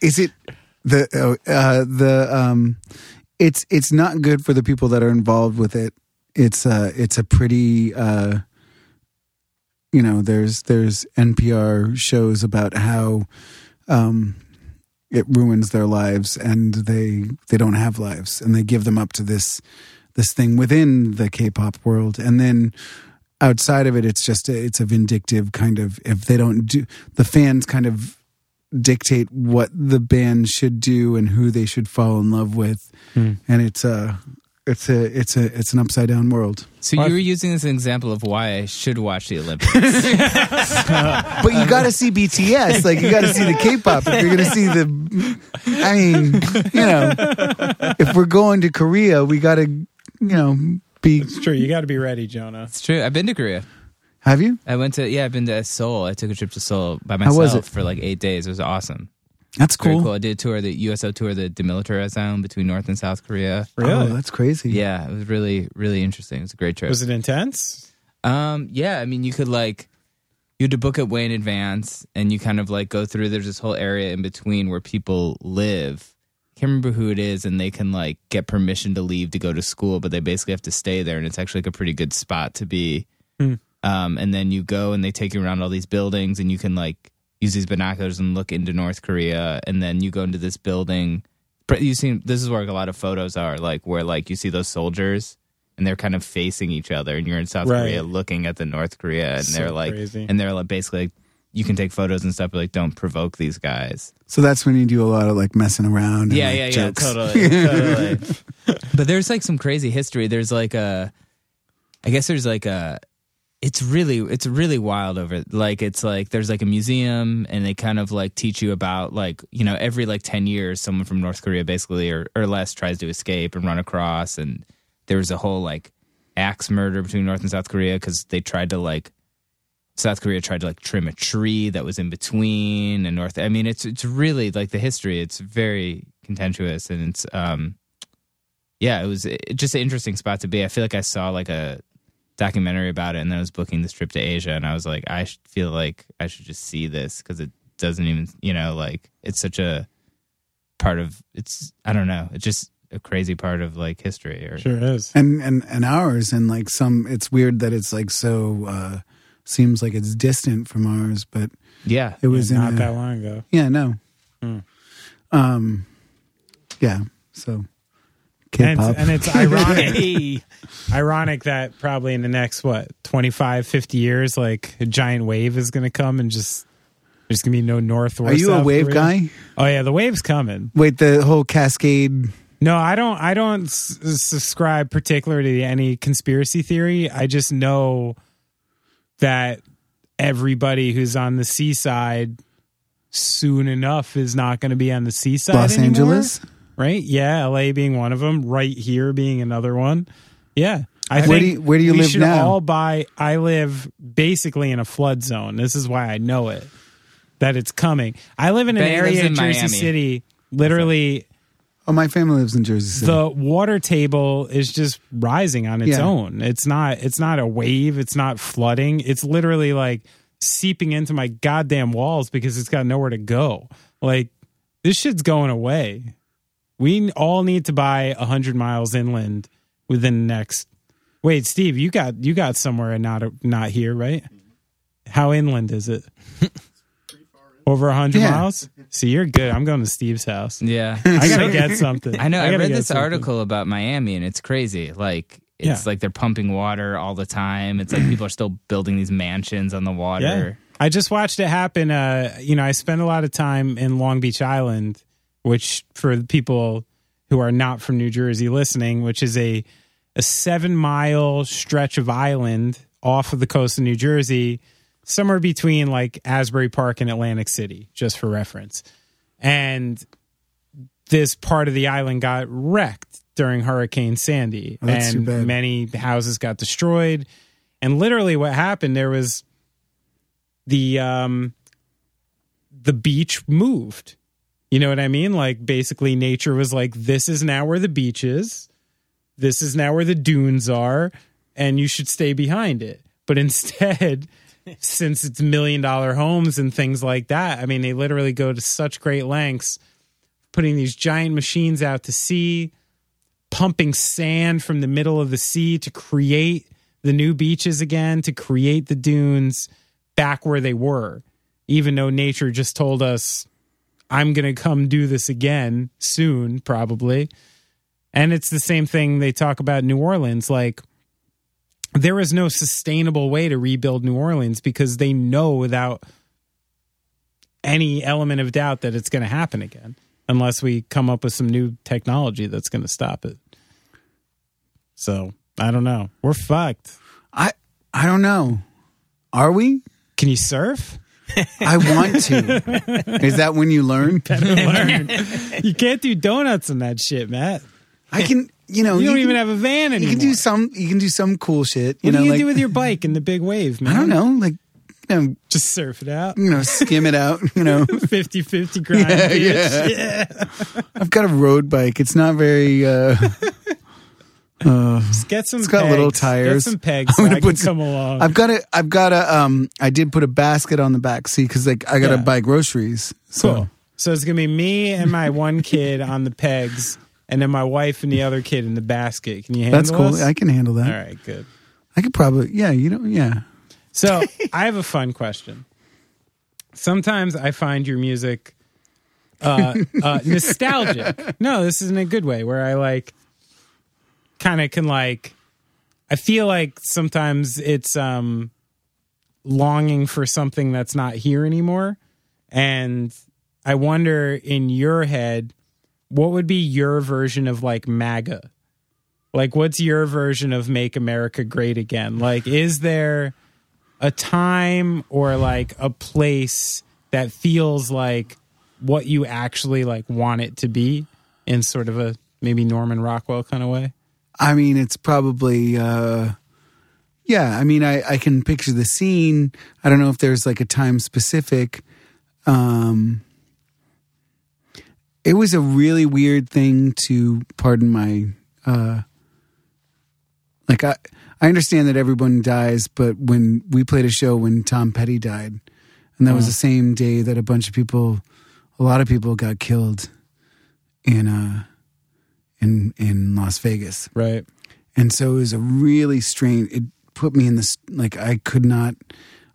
is it the oh, uh, the um it's it's not good for the people that are involved with it it's uh it's a pretty uh you know there's there's npr shows about how um it ruins their lives and they they don't have lives and they give them up to this this thing within the k-pop world and then outside of it it's just a, it's a vindictive kind of if they don't do the fans kind of dictate what the band should do and who they should fall in love with Hmm. and it's a it's a it's a it's an upside down world So you were using this as an example of why I should watch the Olympics. but you got to see bts like you got to see the k-pop if you're gonna see the i mean you know if we're going to korea we gotta you know be It's true. You got to be ready, Jonah. it's true. I've been to Korea. have you I went to yeah, I've been to Seoul. I took a trip to Seoul by How myself was it? for like eight days. It was awesome. that's Very cool, cool. I did a tour the USO tour the demilitarized zone between North and South Korea. oh Really? that's crazy Yeah, it was really really interesting. It was a great trip. Was it intense? Um, yeah, I mean, you could like you had to book it way in advance, and you kind of like go through. There's this whole area in between where people live. Can't remember who it is, and they can like get permission to leave to go to school, but they basically have to stay there, and it's actually like a pretty good spot to be. Um, and then you go, and they take you around all these buildings, and you can like use these binoculars and look into North Korea, and then you go into this building. But You see, this is where like, a lot of photos are, like where like you see those soldiers, and they're kind of facing each other, and you're in South Right. Korea looking at the North Korea, and So they're like, crazy. and they're like basically, like, you can take photos and stuff, but like don't provoke these guys. so that's when you do a lot of like messing around and, Yeah, like, yeah, yeah, jokes. totally, totally. but there's like some crazy history. There's like a, I guess there's like a, it's really it's really wild over like it's like there's like a museum and they kind of like teach you about like you know every like 10 years someone from north korea basically or, or less tries to escape and run across and there was a whole like axe murder between north and south korea because they tried to like south korea tried to like trim a tree that was in between and north i mean it's it's really like the history it's very contentious and it's um yeah it was it, just an interesting spot to be i feel like i saw like a documentary about it and then I was booking this trip to Asia and I was like I should feel like I should just see this cuz it doesn't even you know like it's such a part of it's I don't know it's just a crazy part of like history or Sure is. and and and ours and like some it's weird that it's like so uh seems like it's distant from ours, but Yeah. it was in uh, not a- that long Hmm. ago. Yeah, no. Um, yeah. So And K-pop. it's, and it's ironic, Hey, ironic that probably in the next what 25, 50 years, like a giant wave is going to come and just there's going to be no North or Are you a South wave Korea. guy? Oh yeah, the wave's coming. Wait, the whole cascade. No, I don't. I don't s- subscribe particularly to any conspiracy theory. I just know that everybody who's on the seaside soon enough is not going to be on the seaside. Los anymore. Angeles? right? Yeah, L.A. being one of them. Right here being another one. Yeah. I Where do you- where do you we live should now? All buy. I live basically in a flood zone. This is why I know it that it's coming. I live in an Ben lives area in in Jersey Miami. City, literally Oh, my family lives in Jersey City. the water table is just rising on its Yeah. own. It's not it's not a wave, it's not flooding. It's literally like seeping into my goddamn walls because it's got nowhere to go. Like this shit's going away. We all need to buy 100 miles inland within the next Wait, Steve, you got you got somewhere and not not here, right? How inland is it? Over 100 Yeah. miles? See, you're good. I'm going to Steve's house. Yeah. I got to get something. I know. I, gotta read get this something. article about Miami, and it's crazy. Like it's Yeah. like they're pumping water all the time. It's like people are still building these mansions on the water. I just watched it happen. Uh, you know, I spent a lot of time in Long Beach Island, which for the people who are not from New Jersey listening, which is a a seven mile stretch of island off of the coast of New Jersey, somewhere between like Asbury Park and Atlantic City, just for reference. And this part of the island got wrecked during Hurricane Sandy, Oh, that's too and bad. many houses got destroyed. And literally, what happened there was the um the beach moved. You know what I mean? Like basically nature was like this is now where the beach is. This is now where the dunes are and you should stay behind it. But instead, since it's million dollar homes and things like that, I mean they literally go to such great lengths putting these giant machines out to sea, pumping sand from the middle of the sea to create the new beaches again, to create the dunes back where they were, even though nature just told us, I'm going to come do this again soon, probably. And it's the same thing they talk about New Orleans. Like, there is no sustainable way to rebuild New Orleans because they know without any element of doubt that it's going to happen again unless we come up with some new technology that's going to stop it. So, I don't know. We're fucked. I I don't know. Are we? Can you surf? I want to. Is that when you learn? you can't do donuts in that shit, Matt. I can. You know, You don't can- even have a van You anymore. can do some. You can do some cool shit. You what know, do you like do with your bike in the big wave, man? I don't know, like you know, Just surf it out. you know, skim it out. You know, 50-50 grind. bitch. yeah. I've got a road bike. It's not very. uh Just get some It's got little pegs. tires. Get some pegs so I'm gonna I can put some- come along. I've got a. I've got a. Um, I did put a basket on the back seat because like I got to Yeah. buy groceries. So Cool. So it's gonna be me and my one kid on the pegs, and then my wife and the other kid in the basket. Can you handle that's cool. us? I can handle that. All right, good. I could probably. Yeah, you know. Yeah. So I have a fun question. Sometimes I find your music uh, uh, nostalgic. No, this is in a good way where I like kind of can like. I feel like sometimes it's um longing for something that's not here anymore, and I wonder in your head what would be your version of like MAGA. Like, what's your version of "Make America Great Again"? Like, is there a time or like a place that feels like what you actually like want it to be in sort of a maybe Norman Rockwell kind of way. I mean, it's probably. uh Yeah, I mean, I I can picture the scene. I don't know if there's like a time specific. Um It was a really weird thing to pardon my. uh Like I I understand that everyone dies, but when we played a show when Tom Petty died, and that was the same day that a bunch of people, a lot of people got killed, in uh, in in Las Vegas Right. and so it was a really strange it put me in this like i could not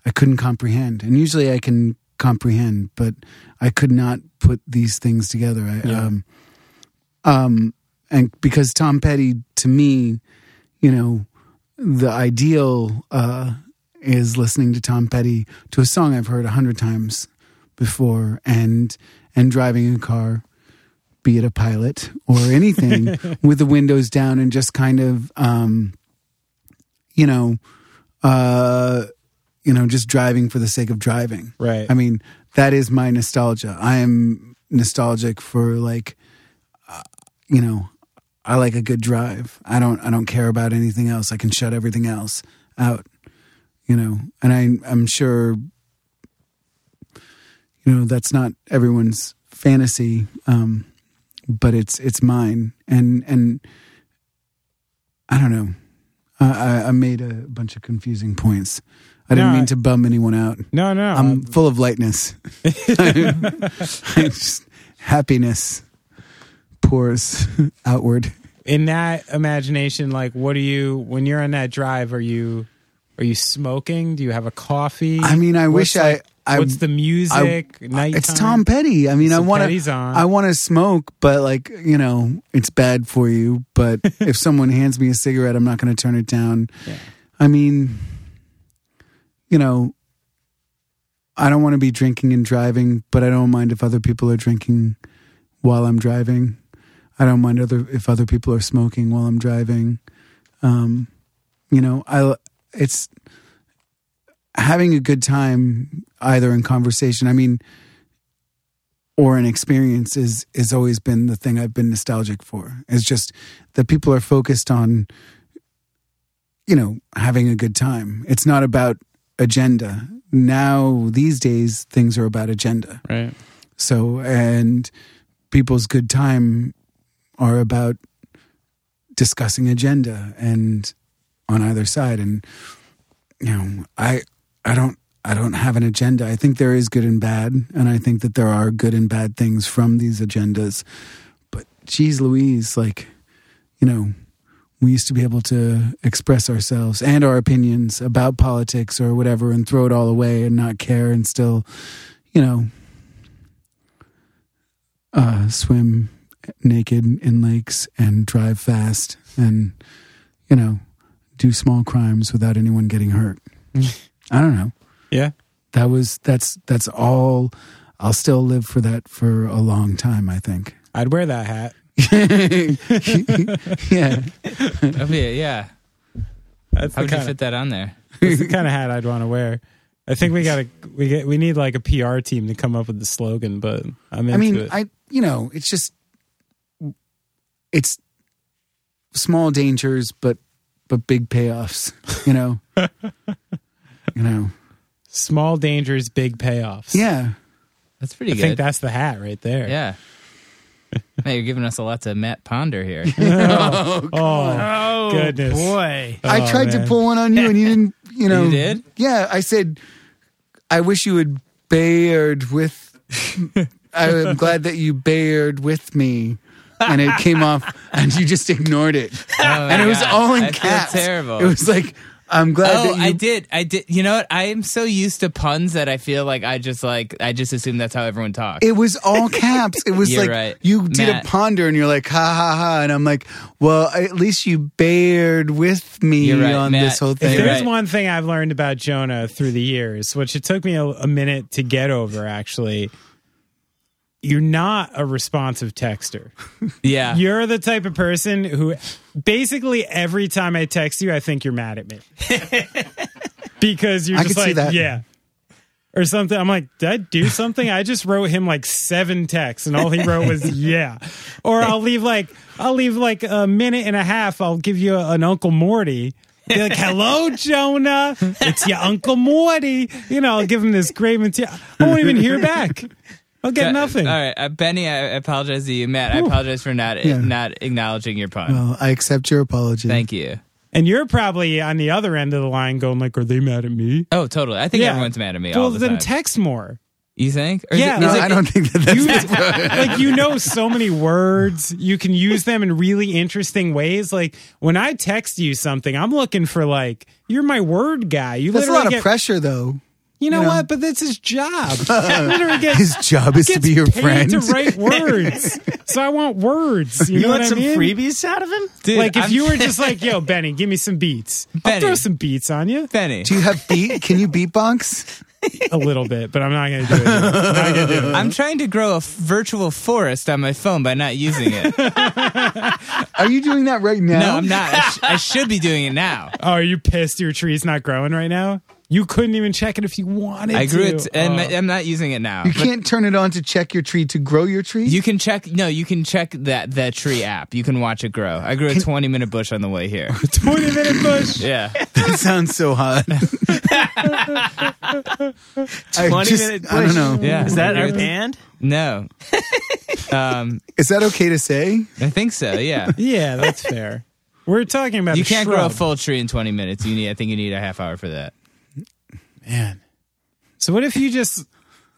I couldn't comprehend. And usually I can comprehend, but I could not put these things together. I, um, um, and because Tom Petty, to me, you know, the ideal uh, is listening to Tom Petty to a song I've heard a hundred times before, and and driving a car, be it a pilot or anything, with the windows down and just kind of, um, you know, uh, you know, just driving for the sake of driving. Right. I mean, that is my nostalgia. I am nostalgic for like, uh, you know, I like a good drive. I don't. I don't care about anything else. I can shut everything else out. You know, and I, I'm sure. You know that's not everyone's fantasy, um, but it's it's mine, and and I don't know. I, I, I made a bunch of confusing points. I didn't No, mean I- to bum anyone out. No, no. I'm full of lightness. Just happiness pours outward. in that imagination, like, what do you when you're on that drive? Are you are you smoking? Do you have a coffee? I mean, I What's, wish I- I- What's the music? Night. It's Tom Petty. I mean, I Some want Petty's to. on. I want to smoke, but like you know, it's bad for you. But if someone hands me a cigarette, I'm not going to turn it down. I mean, you know, I don't want to be drinking and driving, but I don't mind if other people are drinking while I'm driving. I don't mind other if other people are smoking while I'm driving. Um, you know, I it's having a good time either in conversation. I mean, or an experience is is always been the thing I've been nostalgic for. It's just that people are focused on you know, having a good time. It's not about agenda. Now these days things are about agenda. Right. So and people's good time are about discussing agenda and on either side and you know, I I don't I don't have an agenda. I think there is good and bad, and I think that there are good and bad things from these agendas. But geez Louise, like, you know, we used to be able to express ourselves and our opinions about politics or whatever and throw it all away and not care and still, you know, uh, swim naked in lakes and drive fast and, you know, do small crimes without anyone getting hurt. I don't know. Yeah. That was, that's, that's all. I'll still live for that for a long time, I think. I'd wear that hat. yeah. That'd be it, yeah. That's How the would you kind, fit that on there? that's the kind of hat I'd want to wear. I think we gotta we get we need like a PR team to come up with the slogan, but I'm into I mean, it. I you know, it's just it's small dangers, but but big payoffs. You know, you know, Small dangers, big payoffs. yeah. That's pretty I good. think that's the hat right there. yeah. Man, you're giving us a lot to Matt Ponder here. Oh, Oh Goodness. boy! I Oh, tried man. to pull one on you, and you didn't. You know, You did? Yeah, I said, I wish you would Bayard with. I am glad that you Bayard with me. And it came off, and you just ignored it. and it was God. all in Oh I feel caps. terrible. It was like, I'm glad Oh, that you I did. I did. You know what? I am so used to puns that I feel like I just like I just assume that's how everyone talks. It was all caps. It was You're like right. you did Matt. a ponder, and you're like, ha ha ha, and I'm like, well, at least you bared with me You're right, on Matt. this whole If thing. You're there's right. one thing I've learned about Jonah through the years, which it took me a, a minute to get over, actually, you're not a responsive texter. yeah. You're the type of person who basically every time I text you, I think you're mad at me. because you're I just could see like, that. yeah. Or something. I'm like, did I do something? I just wrote him like seven texts and all he wrote was yeah. Or I'll leave like I'll leave like a minute and a half. I'll give you an Uncle Morty. Be like, hello, Jonah. It's your Uncle Morty. You know, I'll give him this great material. I won't even hear back. I'll get Uh, nothing. All right, uh, Benny. I apologize to you, Matt. I apologize for not Yeah. not acknowledging your pun. Well, I accept your apology. Thank you. And you're probably on the other end of the line going like, are they mad at me? Oh, totally. I think Yeah. everyone's mad at me all Well, the then time. text more. you think? Or is Yeah. it- No, is it- I don't think that that's You, like you know so many words. You can use them in really interesting ways. Like when I text you something, I'm looking for like, you're my word guy. You that's a literally lot of get- pressure, though. You know You know. what? But that's his job. Literally gets- His job is to gets be your paid friend. to write words. so I want words. You, You, know want what some I mean? freebies out of him? Dude, like if I'm- you were just like, "Yo, Benny, give me some beats. I'll Benny. throw some beats on you Benny, Do you have beat? Can you beatbox? a little bit, but I'm not gonna do it. I'm not gonna do it. I'm trying to grow a f- virtual forest on my phone by not using it. no, Are you doing that right now? I'm not. I, sh- I should be doing it now. Oh, are you pissed your tree's not growing right now? You couldn't even check it if you wanted. I grew to. it, t- and Oh. I- I'm not using it now. You can't turn it on to check your tree to grow your tree. You can check. No, you can check that that tree app. You can watch it grow. I grew a 20 minute bush on the way here. 20 minute bush. Yeah, that sounds so hot. I 20 just- minute I don't push. know. yeah. Is that I our grew it- band? No, um, Is that okay to say? I think so. Yeah, Yeah, that's fair. We're talking about you a can't shrub. grow a full tree in 20 minutes. You need. I think you need a half hour for that. man. So what if you just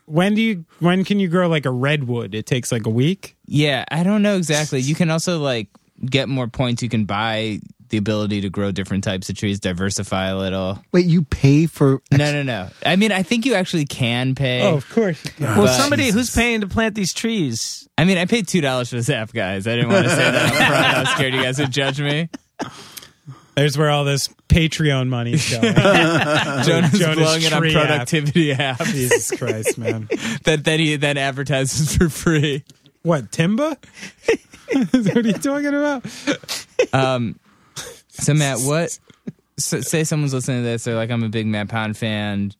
when do you when can you grow like a redwood? It takes like a week. Yeah, I don't know exactly. You can also like get more points. You can buy the ability to grow different types of trees, diversify a little. Wait, you pay for? No, no, no. I mean, I think you actually can pay. Oh, course. Well, But- somebody who's paying to plant these trees. I mean, I paid two dollars for this app, guys. I didn't want to say that up front. I was scared you guys would judge me. There's where all this Patreon money is going. Jonah's, Jonah's blowing it on tree productivity app, Jesus Christ, man. that then he then advertises for free. What, Timba? what are you talking about? So Matt, what? So, say someone's listening to this, they're like, "I'm a big Matt Pound fan."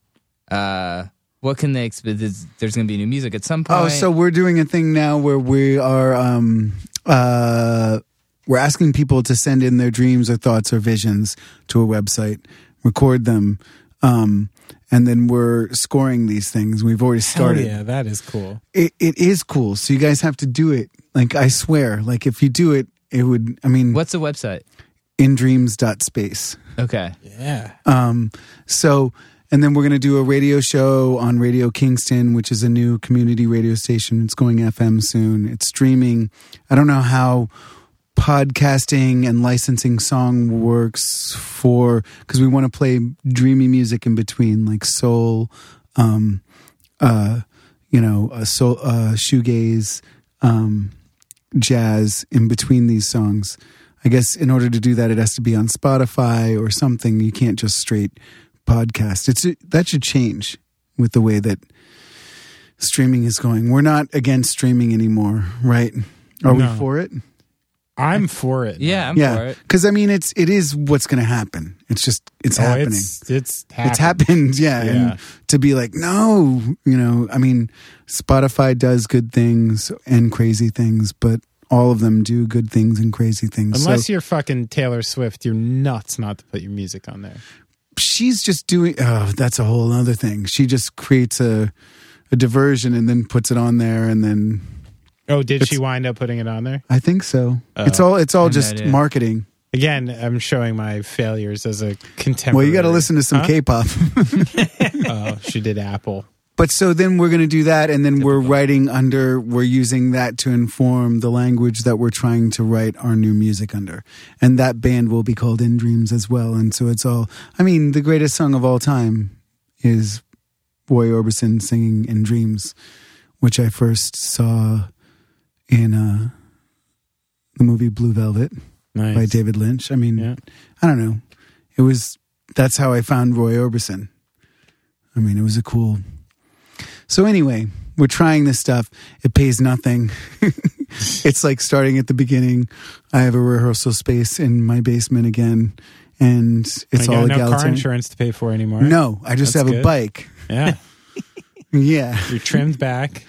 Uh, what can they expect? There's, there's going to be new music at some point. Oh, so we're doing a thing now where we are. Um, uh, we're asking people to send in their dreams or thoughts or visions to a website, record them, um, and then we're scoring these things. We've already started. Oh, yeah, that is cool. it, it is cool. So you guys have to do it. Like I swear, like if you do it, it would. I mean, what's the website? indreams.space. Okay, Yeah. Um, so, and then we're going to do a radio show on Radio Kingston, which is a new community radio station. It's going FM soon. It's streaming. I don't know how podcasting and licensing song works for because we want to play dreamy music in between, like soul, um, uh, you know, uh, soul, uh, shoegaze, um, jazz in between these songs. I guess in order to do that, it has to be on Spotify or something. You can't just straight podcast. It's that should change with the way that streaming is going. We're not against streaming anymore, right? Are No. we for it? I'm for it. yeah, I'm for yeah, it. because I mean, it's it is what's going to happen. It's just it's Oh, happening. It's, It's, it's happening. happened. Yeah, Yeah. And to be like, no, you know, I mean, Spotify does good things and crazy things, but all of them do good things and crazy things. So- Unless you're fucking Taylor Swift, you're nuts not to put your music on there. she's just doing oh that's a whole other thing she just creates a a diversion and then puts it on there and then Oh, did she wind up putting it on there? i think so Oh, it's all it's all had no just idea. marketing Again, I'm showing my failures as a contemporary. well you got to listen to some Huh? k-pop Oh, she did Apple. but so then we're going to do that and then we're writing under we're using that to inform the language that we're trying to write our new music under and that band will be called in dreams as well and so it's all i mean the greatest song of all time is roy orbison singing in dreams which i first saw in uh, the movie blue velvet Nice. by david lynch i mean Yeah. i don't know it was that's how i found roy orbison I mean, it was a cool. So anyway, we're trying this stuff. It pays nothing. it's like starting at the beginning. I have a rehearsal space in my basement again, and I it's got all no car egalitarian. insurance to pay for anymore. No, I just That's have a good. bike. Yeah. Yeah, You're trimmed back.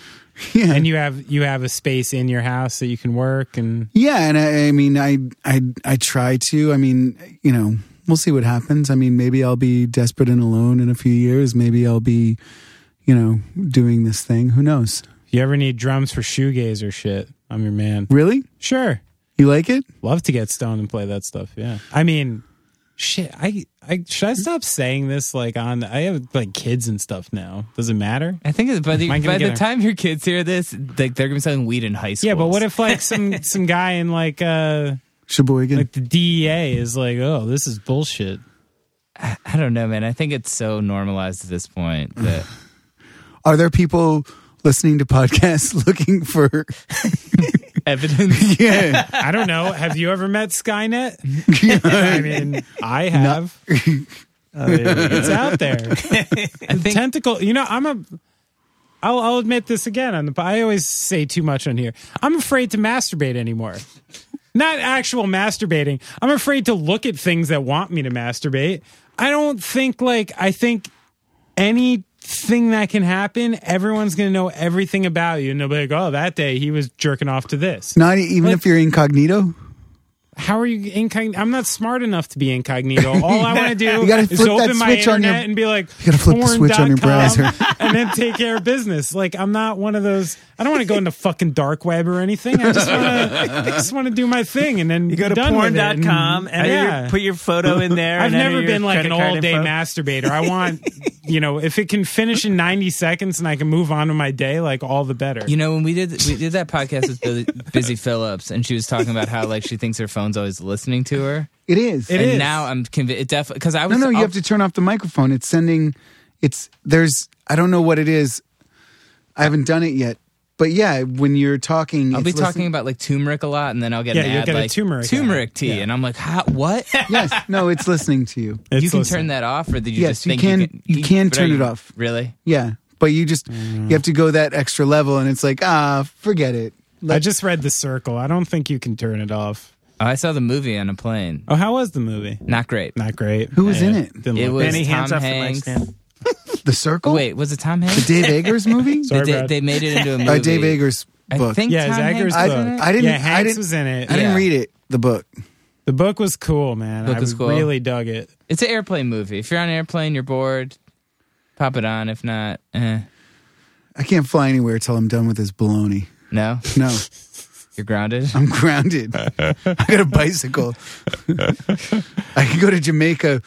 yeah, and you have you have a space in your house that you can work and yeah. And I, I mean, I, I, I try to. I mean, you know, we'll see what happens. I mean, maybe I'll be desperate and alone in a few years. Maybe I'll be, you know, doing this thing. Who knows? if you ever need drums for shoegaze or shit, I'm your man. Really, Sure. you like it? Love to get stoned and play that stuff. Yeah. I mean, shit, I I should I stop saying this like on I have like kids and stuff now. Does it matter? I think it's- by the, Mine can by get the her. time your kids hear this, like they're gonna be selling weed in high school. Yeah, but what if like some some guy in like uh Sheboygan. E like the DEA is like, "Oh, this is bullshit." I, I don't know, man. I think it's so normalized at this point that Are there people listening to podcasts looking for? evidence. Yeah, I don't know. Have you ever met Skynet? I mean, I have. It's out there. I think tentacle. You know, I'm a. I'll, I'll admit this again on the. I always say too much on here. I'm afraid to masturbate anymore. Not actual masturbating. I'm afraid to look at things that want me to masturbate. I don't think like I think anything that can happen, everyone's gonna know everything about you, and they'll be like, "Oh, that day he was jerking off to this." not even if you're incognito. How are you incognito? I'm not smart enough to be incognito. All I want to do You gotta is flip that open my switch internet on your- and be like, You gotta flip the switch on your porn.com browser. and then take care of business. Like I'm not one of those. I don't want to go into fucking dark web or anything. I just want to. I just want to do my thing and then You go to done with it. And- porn.com and yeah. your, put your photo in there. I've and enter never your been like credit an card all day info. masturbator. I want, you know, if it can finish in 90 seconds and I can move on to my day, like all the better. You know when we did we did that podcast with Busy, Busy Phillips, and she was talking about how like she thinks her phone's always listening to her. It is. It and is. now I'm convinced. It definitely because I no, was no. You I'll- have to turn off the microphone. It's sending. It's there's. I don't know what it is. I haven't done it yet. But yeah, when you're talking, I'll be it's talking listening- about like turmeric a lot, and then I'll get Yeah, an you'll ad get a like turmeric ad. tea, and I'm like, how, what? Yes, no, it's listening to you. It's you can listening. turn that off, or did you Yes, just you think can- you can but turn are it off. Really? Yeah, but you just Mm. you have to go that extra level, and it's like ah, forget it. I just read The Circle. I don't think you can turn it off. Oh, I saw the movie on a plane. Oh, how was the movie? Not great. Not great. Who was in Yeah, it? Didn't It look was good. Any hands Tom off the mic Hanks. Oh, stand. The Circle. Wait, was it Tom Hanks? Dave Eggers movie They, Sorry, did- Brad. they made it into a movie. by Dave Eggers book. I think Yeah, Tom Zach Hanks. Eggers' was in book. it? I didn't- Yeah, Hanks I didn't- was in it. I didn't Yeah. read it. The book. The book was cool, man. Book I was cool. really dug it. It's an airplane movie. If you're on an airplane, you're bored. Pop it on. If not, eh. I can't fly anywhere till I'm done with this baloney. no, No, you're grounded. I'm grounded. I got a bicycle. I can go to Jamaica,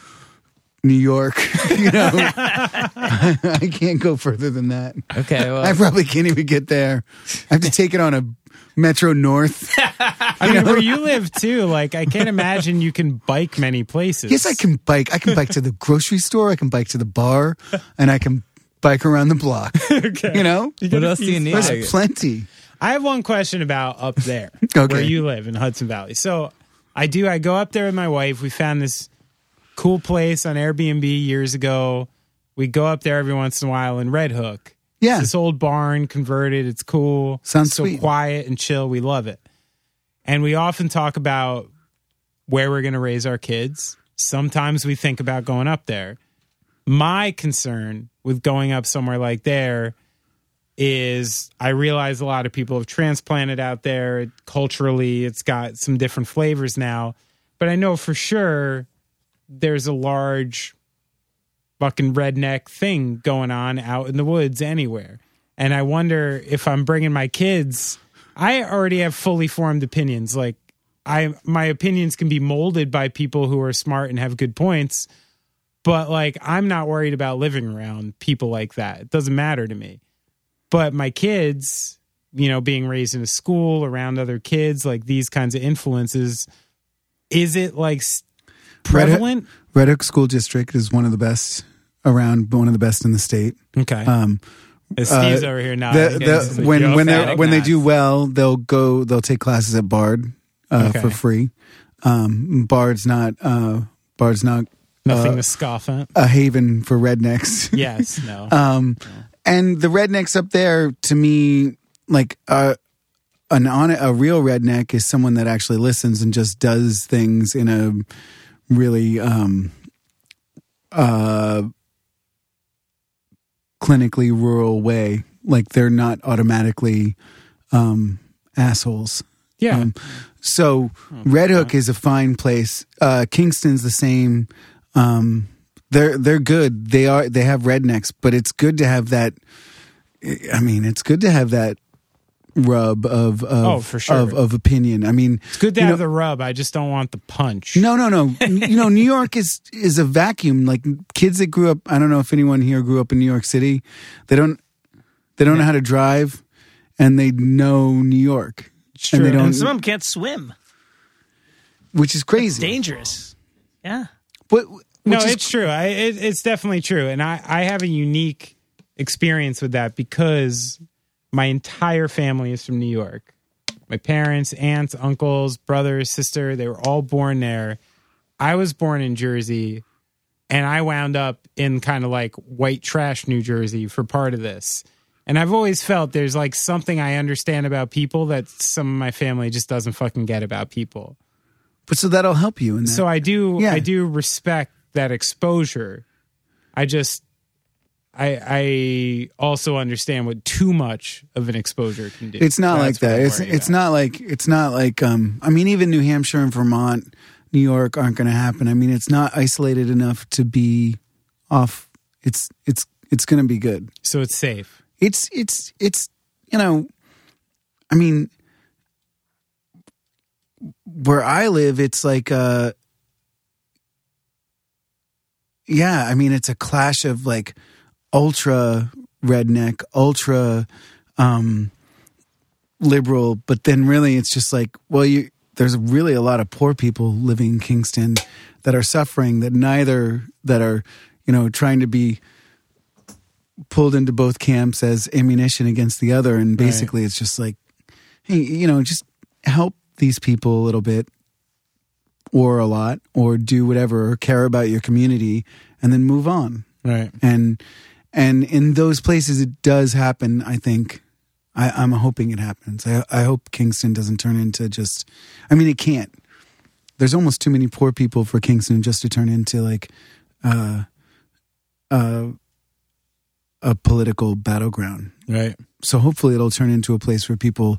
New York. You know, I can't go further than that. Okay, well, I probably can't even get there. I have to take it on a Metro North. I mean, where you live too, like I can't imagine you can bike many places. Yes, I can bike. I can bike to the grocery store. I can bike to the bar, and I can bike around the block. You know, what else do you need? there's plenty. I have one question about up there Okay. where you live in Hudson Valley. So I do. I go up there with my wife. We found this cool place on Airbnb years ago. We go up there every once in a while in Red Hook. Yeah. It's this old barn converted. It's cool. Sounds so sweet. quiet and chill. We love it. And we often talk about where we're going to raise our kids. Sometimes we think about going up there. My concern with going up somewhere like there is I realize a lot of people have transplanted out there. Culturally, it's got some different flavors now. But I know for sure there's a large fucking redneck thing going on out in the woods anywhere. And I wonder if I'm bringing my kids. I already have fully formed opinions. Like I my opinions can be molded by people who are smart and have good points, but like I'm not worried about living around people like that. It doesn't matter to me. But my kids, you know, being raised in a school around other kids, like these kinds of influences, is it like s- Red- prevalent? Red Hook School District is one of the best around, one of the best in the state. Okay. Um, Uh, Steve's uh, over here now. the, the, when when they when they do uh, well, they'll go. They'll take classes at Bard uh, Okay. for free. Um, Bard's not uh, Bard's not nothing to scoff at. a haven for rednecks. Yes, no. Um, and the rednecks up there, to me, like uh, an on a real redneck is someone that actually listens and just does things in a really um, uh, clinically rural way. Like they're not automatically um, assholes. yeah, Oh, um, So Red Hook is a fine place. Uh, Kingston's the same. Um, they're they're good. They are they have rednecks, but it's good to have that. I mean, it's good to have that rub of of Oh, for sure. of, of opinion. I mean, it's good to you have know- the rub. I just don't want the punch. no, no, no. you know, New York is is a vacuum. Like kids that grew up, I don't know if anyone here grew up in New York City. They don't they don't know how to drive, and they know New York, and true. they And And don't, some of them can't swim. which is crazy. Dangerous. Yeah. But no, which is- it's true. I, it, it's definitely true, and I I have a unique experience with that because my entire family is from New York. My parents, aunts, uncles, brothers, sister, they were all born there. I was born in Jersey and I wound up in kind of like white trash New Jersey for part of this. And I've always felt there's like something I understand about people that some of my family just doesn't fucking get about people. But so that'll help you. In that. So I do Yeah. I do respect that exposure. I just I I also understand what too much of an exposure can do. It's not So that's like what that. I It's worry it's about. not like it's not like um I mean even New Hampshire and Vermont, New York aren't going to happen. I mean it's not isolated enough to be off it's it's it's going to be good. so it's safe. It's it's it's you know I mean where I live it's like uh yeah, I mean it's a clash of like ultra redneck, ultra um liberal, but then really it's just like, well, you there's really a lot of poor people living in Kingston that are suffering that neither that are, you know, trying to be pulled into both camps as ammunition against the other and basically it's just like hey, you know, just help these people a little bit or a lot or do whatever or care about your community and then move on Right. and and in those places it does happen i think I, i'm hoping it happens I, I hope kingston doesn't turn into just i mean it can't there's almost too many poor people for kingston just to turn into like uh, uh, a political battleground Right. so hopefully it'll turn into a place where people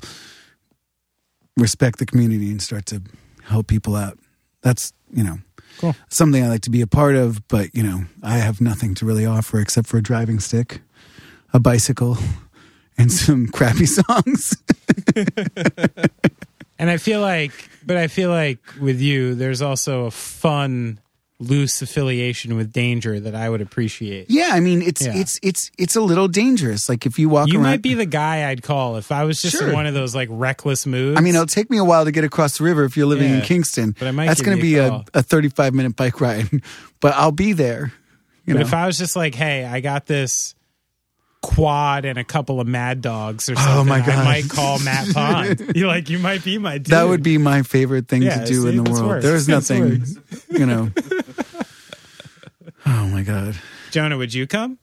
respect the community and start to help people out that's you know Cool. something i like to be a part of but you know i have nothing to really offer except for a driving stick a bicycle and some crappy songs And I feel like, but I feel like with you, there's also a fun, loose affiliation with danger that I would appreciate. yeah i mean it's Yeah. it's it's it's a little dangerous like if you walk You around might be the guy I'd call if I was just Sure. in one of those like reckless moves. I mean, it'll take me a while to get across the river if you're living in Yeah. Kingston. But I might That's give going to you a be a, call. a 35 minute bike ride, but I'll be there. You but know? if I was just like, hey, I got this quad and a couple of mad dogs or something, Oh, my I God. might call Matt Pond. you like, you might be my dude. That would be my favorite thing Yeah, to do see, in the this world. works. There's This nothing, you know. Oh my god! Jonah, would you come?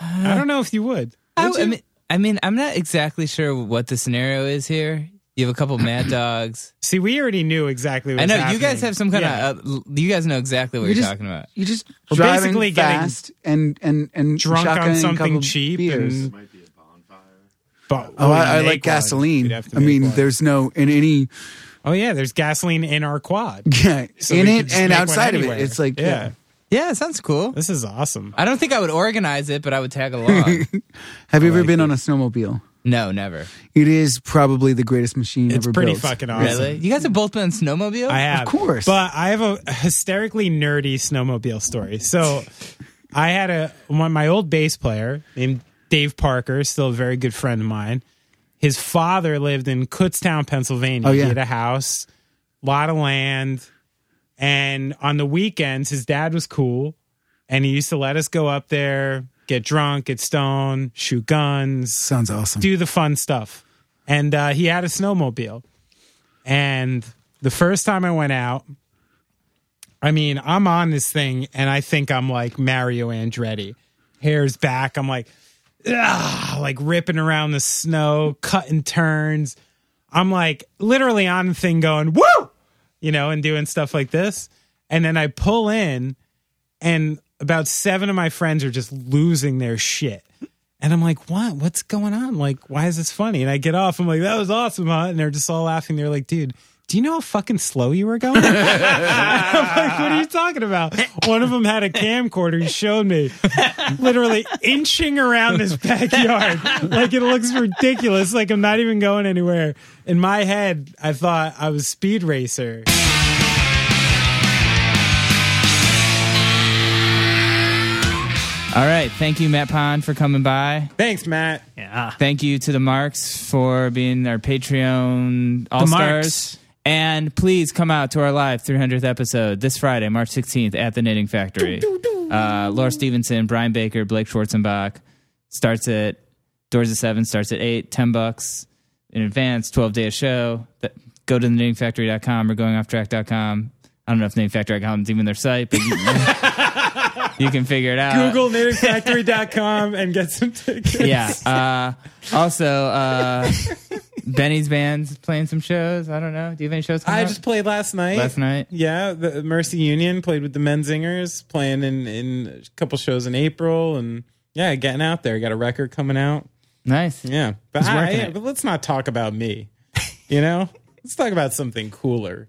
I don't know if you would. I, I mean, I mean, I'm not exactly sure what the scenario is here. You have a couple mad dogs. See, we already knew exactly I what was know you happening. guys have some kind Yeah. of. Uh, l- you guys know exactly what You're you're, just- talking about. You just We're driving basically getting fast and and and drunk on shotgunning a something couple cheap beers. and- Might be a bonfire. But Oh, we'd I, I make like one. gasoline. We'd have to I make mean, one. there's no in any oh yeah, there's gasoline in our quad. yeah, So in we could it just and make one outside of it. anywhere. It's like yeah, Yeah, it sounds cool. this is awesome. I don't think I would organize it, but I would tag along. Have you ever been on a snowmobile? no, never. It is probably the greatest machine It's ever pretty built. fucking awesome. Really? You guys have both been on snowmobile? I have, course. but I have a hysterically nerdy snowmobile story. So, I had a one my old bass player named Dave Parker, still a very good friend of mine. His father lived in Kutztown, Pennsylvania. Oh, He yeah. had a house, lot of land, and on the weekends, his dad was cool, and he used to let us go up there, get drunk, get stoned, shoot guns, Sounds awesome. do the fun stuff. And uh, he had a snowmobile. And the first time I went out, I mean, I'm on this thing and I think I'm like Mario Andretti. Hair's back. I'm like, ah, like ripping around the snow, cutting turns. I'm like literally on the thing going, woo, you know, and doing stuff like this. And then I pull in and about seven of my friends are just losing their shit. And I'm like, what? What's going on? Like, why is this funny? And I get off. I'm like, that was awesome, huh? And they're just all laughing. They're like, dude, do you know how fucking slow you were going? I'm like, what are you talking about? One of them had a camcorder. He showed me literally inching around this backyard. Like, it looks ridiculous. Like, I'm not even going anywhere. In my head, I thought I was Speed Racer. All right. Thank you, Matt Pond, for coming by. Thanks, Matt. Yeah. Thank you to the Marks for being our Patreon All Stars. Marks. And please come out to our live 300th episode this Friday, March 16th at the Knitting Factory. Uh, Laura Stevenson, Brian Baker, Blake Schwarzenbach starts at doors at 7, starts at 8, 10 bucks in advance, 12 day a show. That- Go to the knittingfactory.com or goingofftrack.com. I don't know if knittingfactory.com is even their site, but you, you can figure it out. Google knittingfactory.com and get some tickets. Yeah. Uh, also, uh, Benny's band's playing some shows. I don't know. Do you have any shows coming I up? just played last night. Uh-huh. last night? Yeah, the Mercy Union played with the Men Zingers, playing in, in a couple shows in April, and yeah, getting out there. Got a record coming out. Nice. Yeah, but, I, working yeah, it. but let's not talk about me. You know, let's talk about something cooler.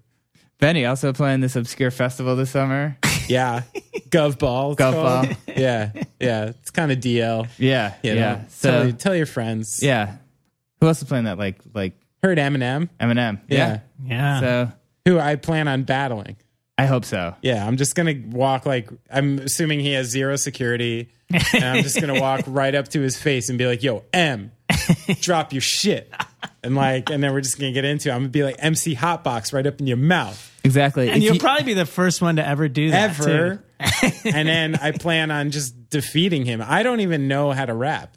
Benny also playing this obscure festival this summer. Oh. Yeah, Gov Ball. it's Gov called. Ball. Yeah, yeah, it's kind of DL. Yeah. You know? yeah. tell, So, your- tell your friends. yeah. Who else is playing that? Like, like heard Eminem. Eminem. Yeah. Yeah. So Who I plan on battling. I hope so. Yeah, I'm just gonna walk like I'm assuming he has zero security, and I'm just gonna walk right up to his face and be like, "Yo, M, drop your shit," and like, and then we're just gonna get into. It. I'm gonna be like MC Hotbox right up in your mouth Exactly. and If you'll you- probably be the first one to ever do that. ever, too. and then I plan on just defeating him. I don't even know how to rap,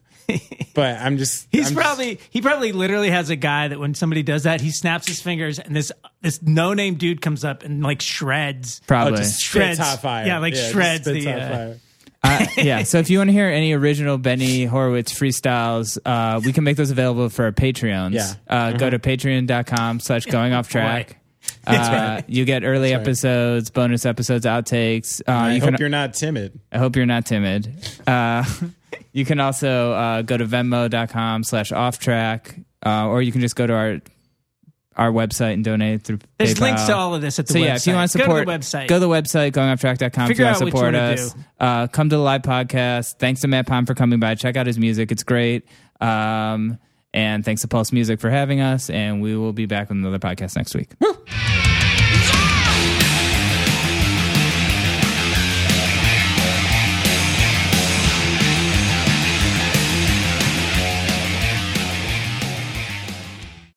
but I'm just He's I'm just- probably he probably literally has a guy that when somebody does that, he snaps his fingers and this this no name dude comes up and like shreds. oh, probably. just shreds Shreds. hot fire. Yeah, like just shreds spits the, hot uh, fire. Uh, yeah. So if you want to hear any original Benny Horowitz freestyles, uh, we can make those available for our Patreons. Yeah. Uh, Go to patreon.com slash going off track. Uh, you get early episodes, bonus episodes, outtakes. Uh, I you hope can, you're not timid. I hope you're not timid. Uh, you can also uh, go to venmo.com slash off track, uh, or you can just go to our our website and donate through There's PayPal. links to all of this at the So website. yeah, if you want to support, go to the website. go to the website, goingofftrack.com Figure if out you which want one to to support us. Uh, come to the live podcast. Thanks to Matt Pom for coming by. Check out his music; it's great. Um, and thanks to Pulse Music for having us. And we will be back with another podcast next week.